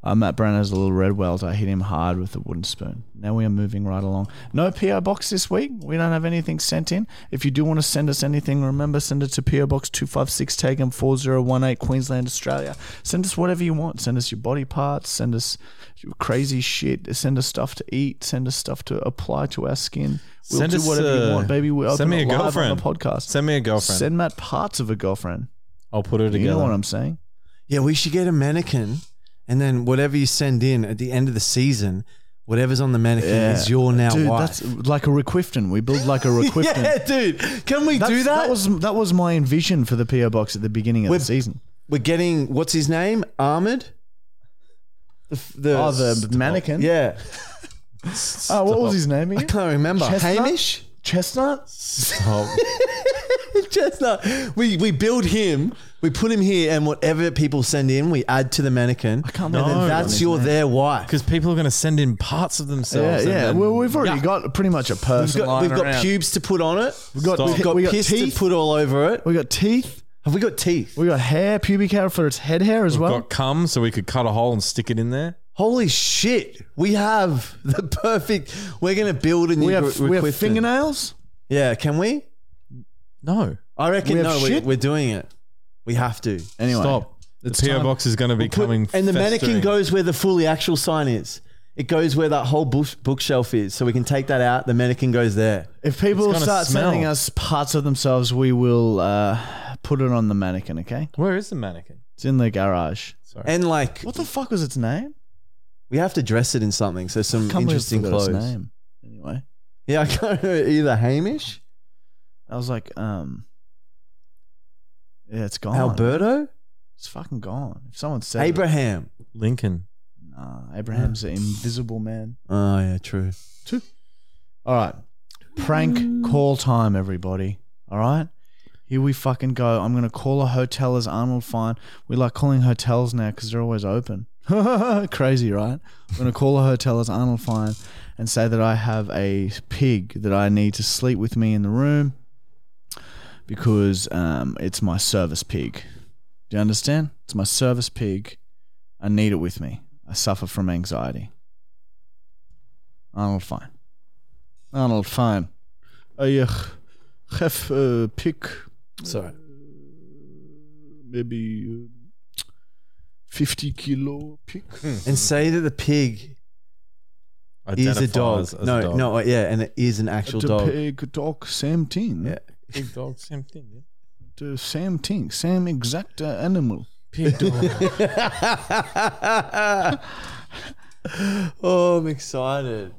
Uh, Matt Brown has a little red welt. I hit him hard with a wooden spoon. Now we are moving right along. No PO box this week. We don't have anything sent in. If you do want to send us anything, remember send it to PO Box two five six Taken four zero one eight Queensland Australia. Send us whatever you want. Send us your body parts. Send us your crazy shit. Send us stuff to eat. Send us stuff to apply to our skin. We'll
Send
do
us,
whatever you
uh,
want, baby. We'll open
send me
it
a
live on
girlfriend.
the podcast.
send me a girlfriend.
Send Matt parts of a girlfriend.
I'll put her together.
You know what I'm saying?
Yeah, we should get a mannequin, and then whatever you send in at the end of the season, whatever's on the mannequin
Yeah.
is your now
Dude,
wife.
that's like a requifton. We build like a requifton.
yeah, dude. Can we
That's-
do that?
was that was my envision for the PO box at the beginning of
We're-
the season.
We're getting what's his name? Armored. The, f- the,
Oh, the mannequin.
yeah.
Oh, what was his name?
I
Again?
can't remember.
Chestnut?
Hamish.
Chestnut.
Stop.
Chestnut. We we build him. We put him here, and whatever people send in, we add to the mannequin. I
can't
and
remember
then
his
that's
name.
your their wife.
Because people are going to send in parts of
Yeah,
themselves. and
yeah.
then-
Well, we've already got pretty much a
We've
person.
got, we've got
around.
pubes to put on it. We've
got-
we've got,
we got
piss
teeth.
to put all over it.
We got teeth.
Have we got teeth?
We got hair, pubic hair for its head hair as well.
got cum, so we could cut a hole and stick it in there.
Holy shit! We have the perfect. We're gonna build a new.
we have
re-
we have
requifton.
fingernails.
Yeah, can we?
No.
I reckon
We have
no. We,
shit?
we're doing it. We have to.
Anyway,
Stop. The PO
time.
box is going to be
Put-
coming.
and the mannequin
festering.
goes where the fully actual sign is. It goes where that whole bush, bookshelf is, so we can take that out. The mannequin goes there.
If people
It's gonna
start sending
smell.
us parts of themselves, we will uh, put it on the mannequin. Okay,
Where is the mannequin?
it's in the garage.
And like,
What the fuck was its name?
we have to dress it in something. So some
Can't believe I
interesting
forgot its
clothes.
name. Anyway,
Yeah, I can't remember either Hamish,
I was like, um, yeah, it's gone.
Alberto,
It's fucking gone. If someone said it-
Abraham.
Lincoln.
Nah, Abraham's an invisible man.
Oh yeah, true.
All right. Prank call time, everybody. All right. Here we fucking go. I'm going to call a hotel as Arnold Fine. We like calling hotels now because they're always open. Crazy, right? I'm going to call a hotel as Arnold Fine and say that I have a pig that I need to sleep with me in the room because um, it's my service pig. Do you understand? It's my service pig. I need it with me. I suffer from anxiety. Arnold Fine. Arnold, fine. I uh, have a äh, pick,
Sorry.
maybe uh, 50 kilo pick.
And say that the pig is a
Identifies
dog.
as a
no,
dog.
no, uh, yeah, and it is an actual
the
dog.
pig, dog, same thing.
Yeah.
Big dog, same thing. Yeah.
The same thing, same exact uh, animal.
Big dog.
oh, I'm excited.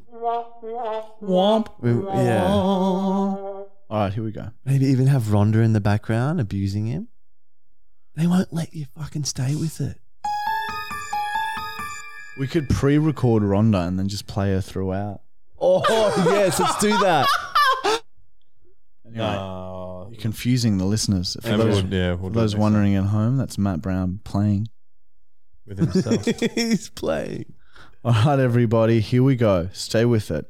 Womp.
We- yeah.
All right, here we go.
Maybe even have Rhonda in the background abusing him. They won't let you fucking stay with it.
We could pre record Rhonda and then just play her throughout.
Oh, yes, let's do that.
Anyway,
no.
you're confusing the listeners. For
Yeah, we
those,
would- yeah, Ah. we'll
for
do it
those
next
wondering at home, that's Matt Brown playing.
time. with himself.
He's playing.
All right, everybody, here we go. Stay with it.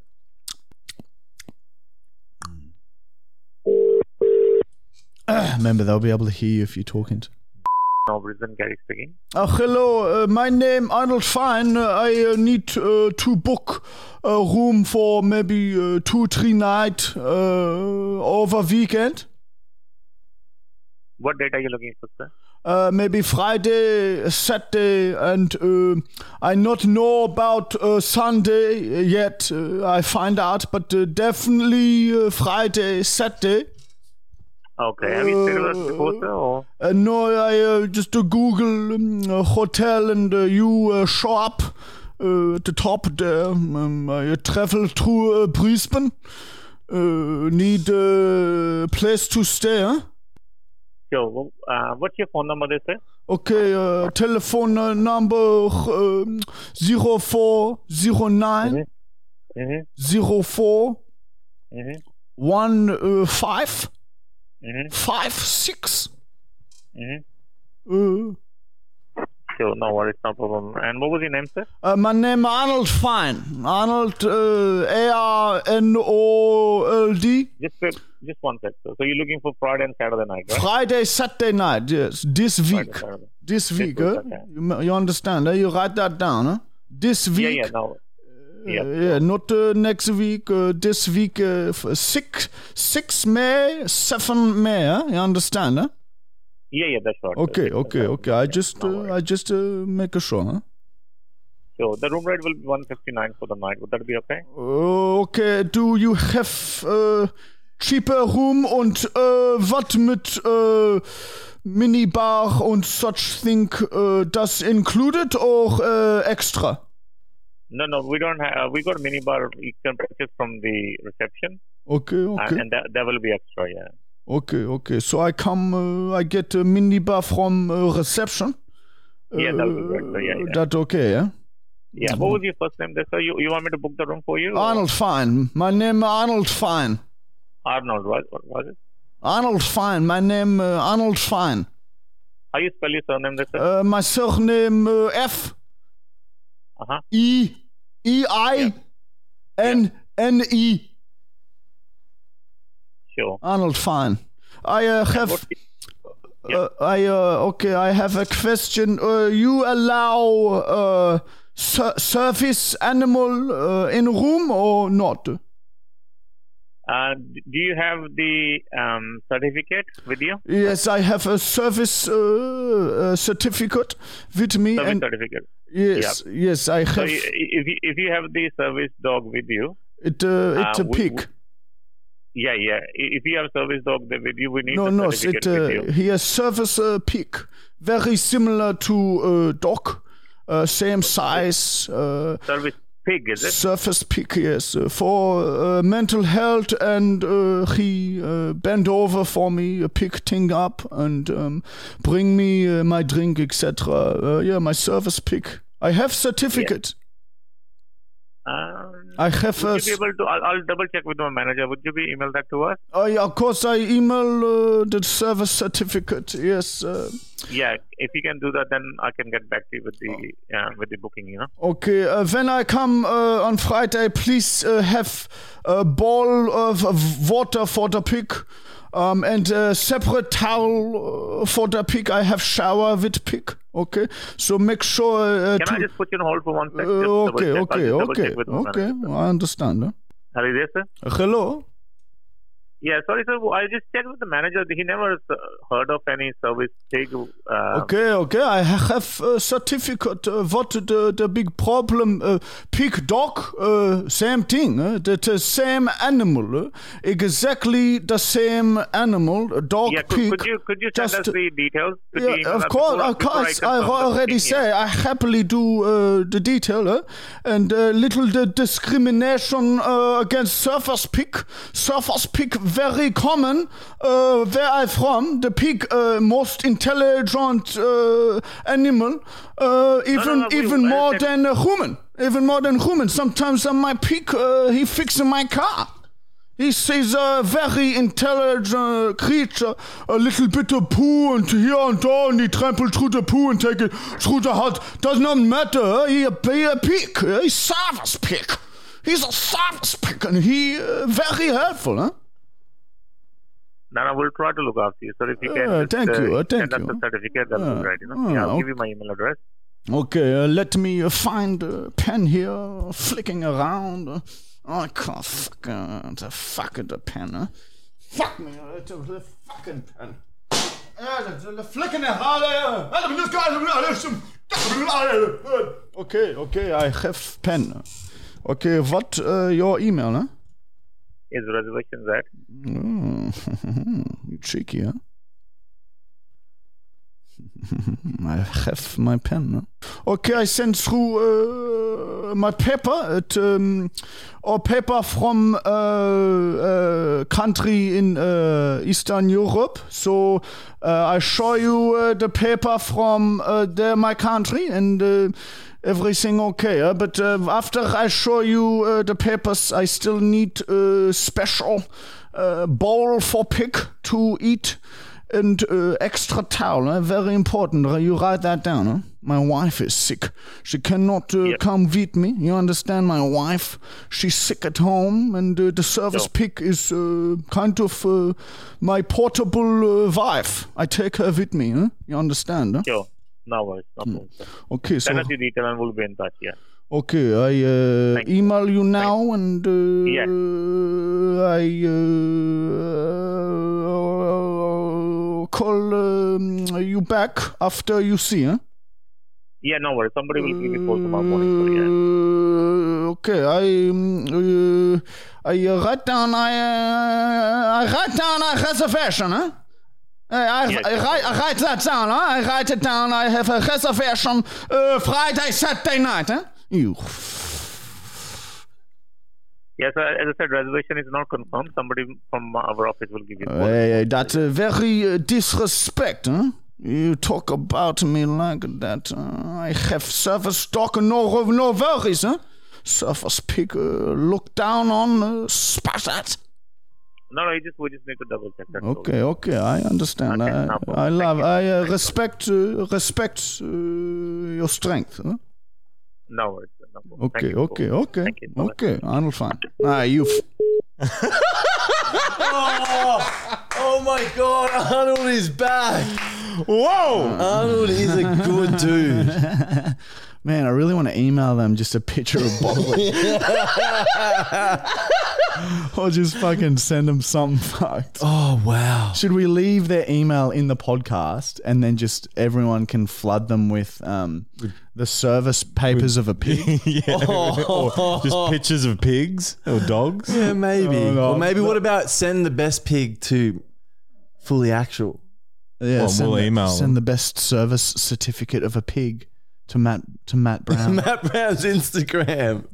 Ah,
Remember, they'll be able to hear you if you're talking to.
from Brisbane, Gary speaking.
Uh, hello, uh, my name Arnold Fine. Uh, I uh, need uh, to book a room for maybe uh, two, three night uh, over weekend.
What date are you looking for, sir?
Uh, maybe Friday, Saturday, and uh, I not know about uh, Sunday yet. Uh, I find out, but uh, definitely uh, Friday, Saturday.
Okay. Have you stayed with us before, sir? Or?
Uh, no, I uh, just uh, Google um, uh, hotel and uh, you uh, show up uh, at the top there. Um, I travel to uh, Brisbane. Uh, need a uh, place to stay. Huh?
Sure. Well, Uh, what's your phone number, there, sir?
Okay, uh, telephone uh, number uh,
Mhm.
0409
Mm-hmm.
04
Mm-hmm.
1 uh, 5
Mm-hmm.
5 6.
Mm-hmm.
Uh,
Sure. No worries. No problem. And what was your name, sir?
Uh, my name Arnold Fine. Arnold uh, A R N O L D.
Just just one sec, sir. So you're looking for Friday and Saturday night, right?
Friday, Saturday night. Yes, this
Friday,
week.
Saturday.
This
week,
week. huh?
okay.
You, ma- you understand? Huh? You write that down. Huh? This
Yeah,
week.
yeah. No.
Uh,
Yeah.
yeah, not uh, next week. Uh, this week, uh, f- six, six May, seven May. Huh? You understand? Huh?
Yeah, yeah. That's right. sir.
Okay,
Six and
okay,
seven.
okay. I
Yeah,
just,
no
uh,
worries.
I just uh, make a show. Huh?
Sure. The room rate will be 159 for the night. Would that be okay?
Uh, Okay, do you have uh, cheaper room und uh, what mit uh, Minibar und such thing uh, das included or uh, extra?
No, no. We don't have. We got a minibar. You can purchase from the reception,
Okay,
and,
okay,
and that, that will be extra. Yeah.
okay, okay. So I come, uh, I get a minibar from uh, reception. Uh,
Yeah, that would be great. So, yeah, yeah.
That okay, yeah?
Yeah. What was your first name, there, sir? You you want me to book the room for you? or-
Arnold Fine. My name Arnold Fine.
Arnold. What what was it?
Arnold Fine. My name uh, Arnold Fine.
How you spell your surname, there, sir?
Uh, my surname uh, F
Uh-huh.
E E I N N E
Sure.
Arnold Fine. I uh, have.
What- yeah.
Uh, I uh, okay. I have a question. Uh, you allow uh, sur- service animal uh, in room or not?
Uh, d- do you have the um, certificate with you?
Yes, I have a service uh, uh, certificate with me,
Service
and
certificate.
yes, yes, I
So
have
you, if you, if you have the service dog with you,
it. Uh, it's
uh,
a
we-
pig.
yeah, yeah. I- If you have service dog there with you, we need
no,
the
no,
certificate
it, uh,
with you.
he has service uh, pig, very similar to uh, dog, uh, same size. Uh,
Service pig, is it?
Surface peak, yes, uh, for uh, mental health, and uh, he uh, bent over for me, uh, picked thing up, and um, bring me uh, my drink, etc. Uh, yeah, my service pick. I have certificate.
Um,
I have. a
would
s-
you be able to? I'll, I'll double check with my manager. Would you be email that to us?
oh, yeah, of course, I email uh, the service certificate. Yes. Uh,
Yeah. If you can do that, then I can get back to you with
Oh.
the uh, with the booking. You know.
Okay, uh, when I come uh, on Friday, please uh, have a bowl of of water for the pig um, and a separate towel uh, for the pig. I have shower with pig. Okay, so make sure. Uh,
Can
to,
I just put you on hold for one
uh,
second?
okay, okay, okay, okay.
okay.
I understand. Huh?
Are you there, sir?
Hello.
Yeah, sorry, sir. I just checked with the manager. He never uh, heard of any service pig. Uh,
Okay, okay. I ha- have a certificate. Uh, what the the big problem? Uh, pig, dog, uh, same thing. Uh, the, the same animal, uh, exactly the same animal. uh, Dog,
Yeah, could,
pig.
could you could you send
just-
us the details? Could you
Yeah,
email
of
us
course,
before-
of
before I
course. I,
confirm the
already
booking?
say I happily do uh, the detail uh, and uh, little the discrimination uh, against surface pig. Surface pig very common. Uh, where I from, the pig uh, most intelligent uh, animal, uh, even
no, we-
even
I
more
said-
than a human, even more than human. Sometimes uh, my pig uh, he fixing my car. He's, he's a very intelligent creature. A little bit of poo and here and there, and he trample through the poo and take it through the heart. Does not matter. huh? He a, he a pig. huh? He's service pig. eh, He's a service pig, and he uh, very helpful, huh?
Then I will try to look after you. So if you can,
Uh,
just,
thank you, uh,
send
thank
us
you.
the certificate, that
Uh,
will be great. You know,
uh,
yeah, I'll
okay.
give you my email address.
Okay, uh, let me uh, find a pen here, flicking around. Uh, I can't fuck uh, the fuck the pen. Uh. Fuck me, uh, it's a- the fucking pen. Uh, the- the- the Flicking around. uh, uh, this guy, uh, some- uh, Okay, okay, I have pen. Okay, what uh, your email? Huh?
Is reservations at
Oh, you cheeky, huh? I have my pen. Huh? Okay, I sent through uh, my paper. It, um, or paper from uh, uh, country in uh, Eastern Europe. So uh, I show you uh, the paper from uh, the, my country and. Uh, Everything okay, huh? but uh, after I show you uh, the papers, I still need uh, special uh, bowl for pig to eat and uh, extra towel. eh? Very important. You write that down. Huh? My wife is sick. She cannot uh, come with me. You understand? My wife, she's sick at home, and uh, the service pig is uh, kind of uh, my portable uh, wife. I take her with me. Huh? You understand? Huh?
sure. No worries, no problem. sir.
Okay, Hmm. so
Send us your detail and we'll be in touch. Yeah.
okay, I uh,
Thank you.
email you now, and uh,
Yes.
I uh, call um, you back after you see. Huh?
Yeah, no worries. Somebody will give you a call tomorrow morning. So, yeah.
Mm. Uh, okay, I um, uh, I uh, write down I uh, I write down a reservation, huh? I, I,
Yes.
I, write, I write that down, huh? I write it down. I have a reservation uh, Friday, Saturday night, huh? You.
Yes, sir. As I said, reservation is not confirmed. Somebody from our office will give you a call.
Hey, hey, that's a very uh, disrespect, huh? You talk about me like that. Uh, I have service dog, no, no worries, huh? Service pig, uh, look down on, uh, spat at.
No, no, you just we just need to double check that.
Okay, okay, I understand.
Okay,
I,
no problem.
I
Thank
love,
you.
I uh,
Thank you.
respect, uh, respect uh, your strength. Huh?
No worries. sir, No problem. Thank
Okay,
you for
okay,
calling.
okay,
Thank you. Bye-bye.
okay. I'm fine. Ah, you. F-
Oh my God, Arnold is back.
Whoa!
Arnold is a good dude.
Man, I really want to email them just a picture of Bobley. or just fucking send them something fucked.
Oh wow.
Should we leave their email in the podcast and then just everyone can flood them with um, the service papers of a pig?
yeah. Or just pictures of pigs or dogs.
Yeah, maybe.
Oh, no.
Or maybe what about send the best pig to fully actual?
Yeah,
Well,
send
we'll
the,
email
Send
them.
the best service certificate of a pig to Matt to Matt Brown.
Matt Brown's Instagram.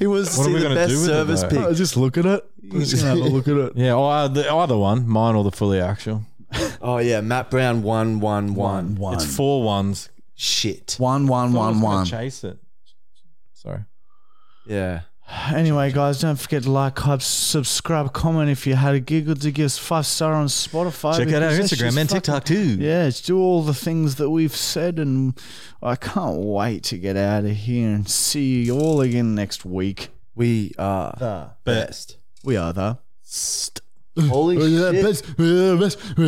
He wants to
What are
see
we
the
gonna do
best
with it,
service
though?
pig.
Oh, just look at it. Just have a look at it.
Yeah, or the either one, mine or the fully actual.
Oh yeah, Matt Brown one one one.
One.
It's four ones.
Shit.
One, one,
I was
one,
gonna
one.
Chase it. Sorry.
Yeah.
Anyway, guys, don't forget to like, hype, subscribe, comment if you had a giggle to give us five star on Spotify.
Check out
because
our
that's just
Instagram and
fucking-
TikTok too.
Yeah, it's do all the things that we've said, and I can't wait to get out of here and see you all again next week.
We are the
best.
We are the
Holy shit.
best.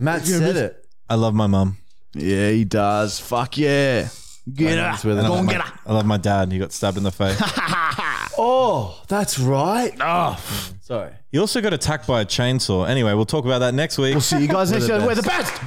Matt said it.
I love my mum.
Yeah, he does. Fuck yeah. Get
That's
out.
where the-
I love my- I love my dad. He got stabbed in the face.
Oh, that's right.
Ah.
Oh,
Sorry.
he also got attacked by a chainsaw. Anyway, we'll talk about that next week.
see you guys next
the
time. We're the best.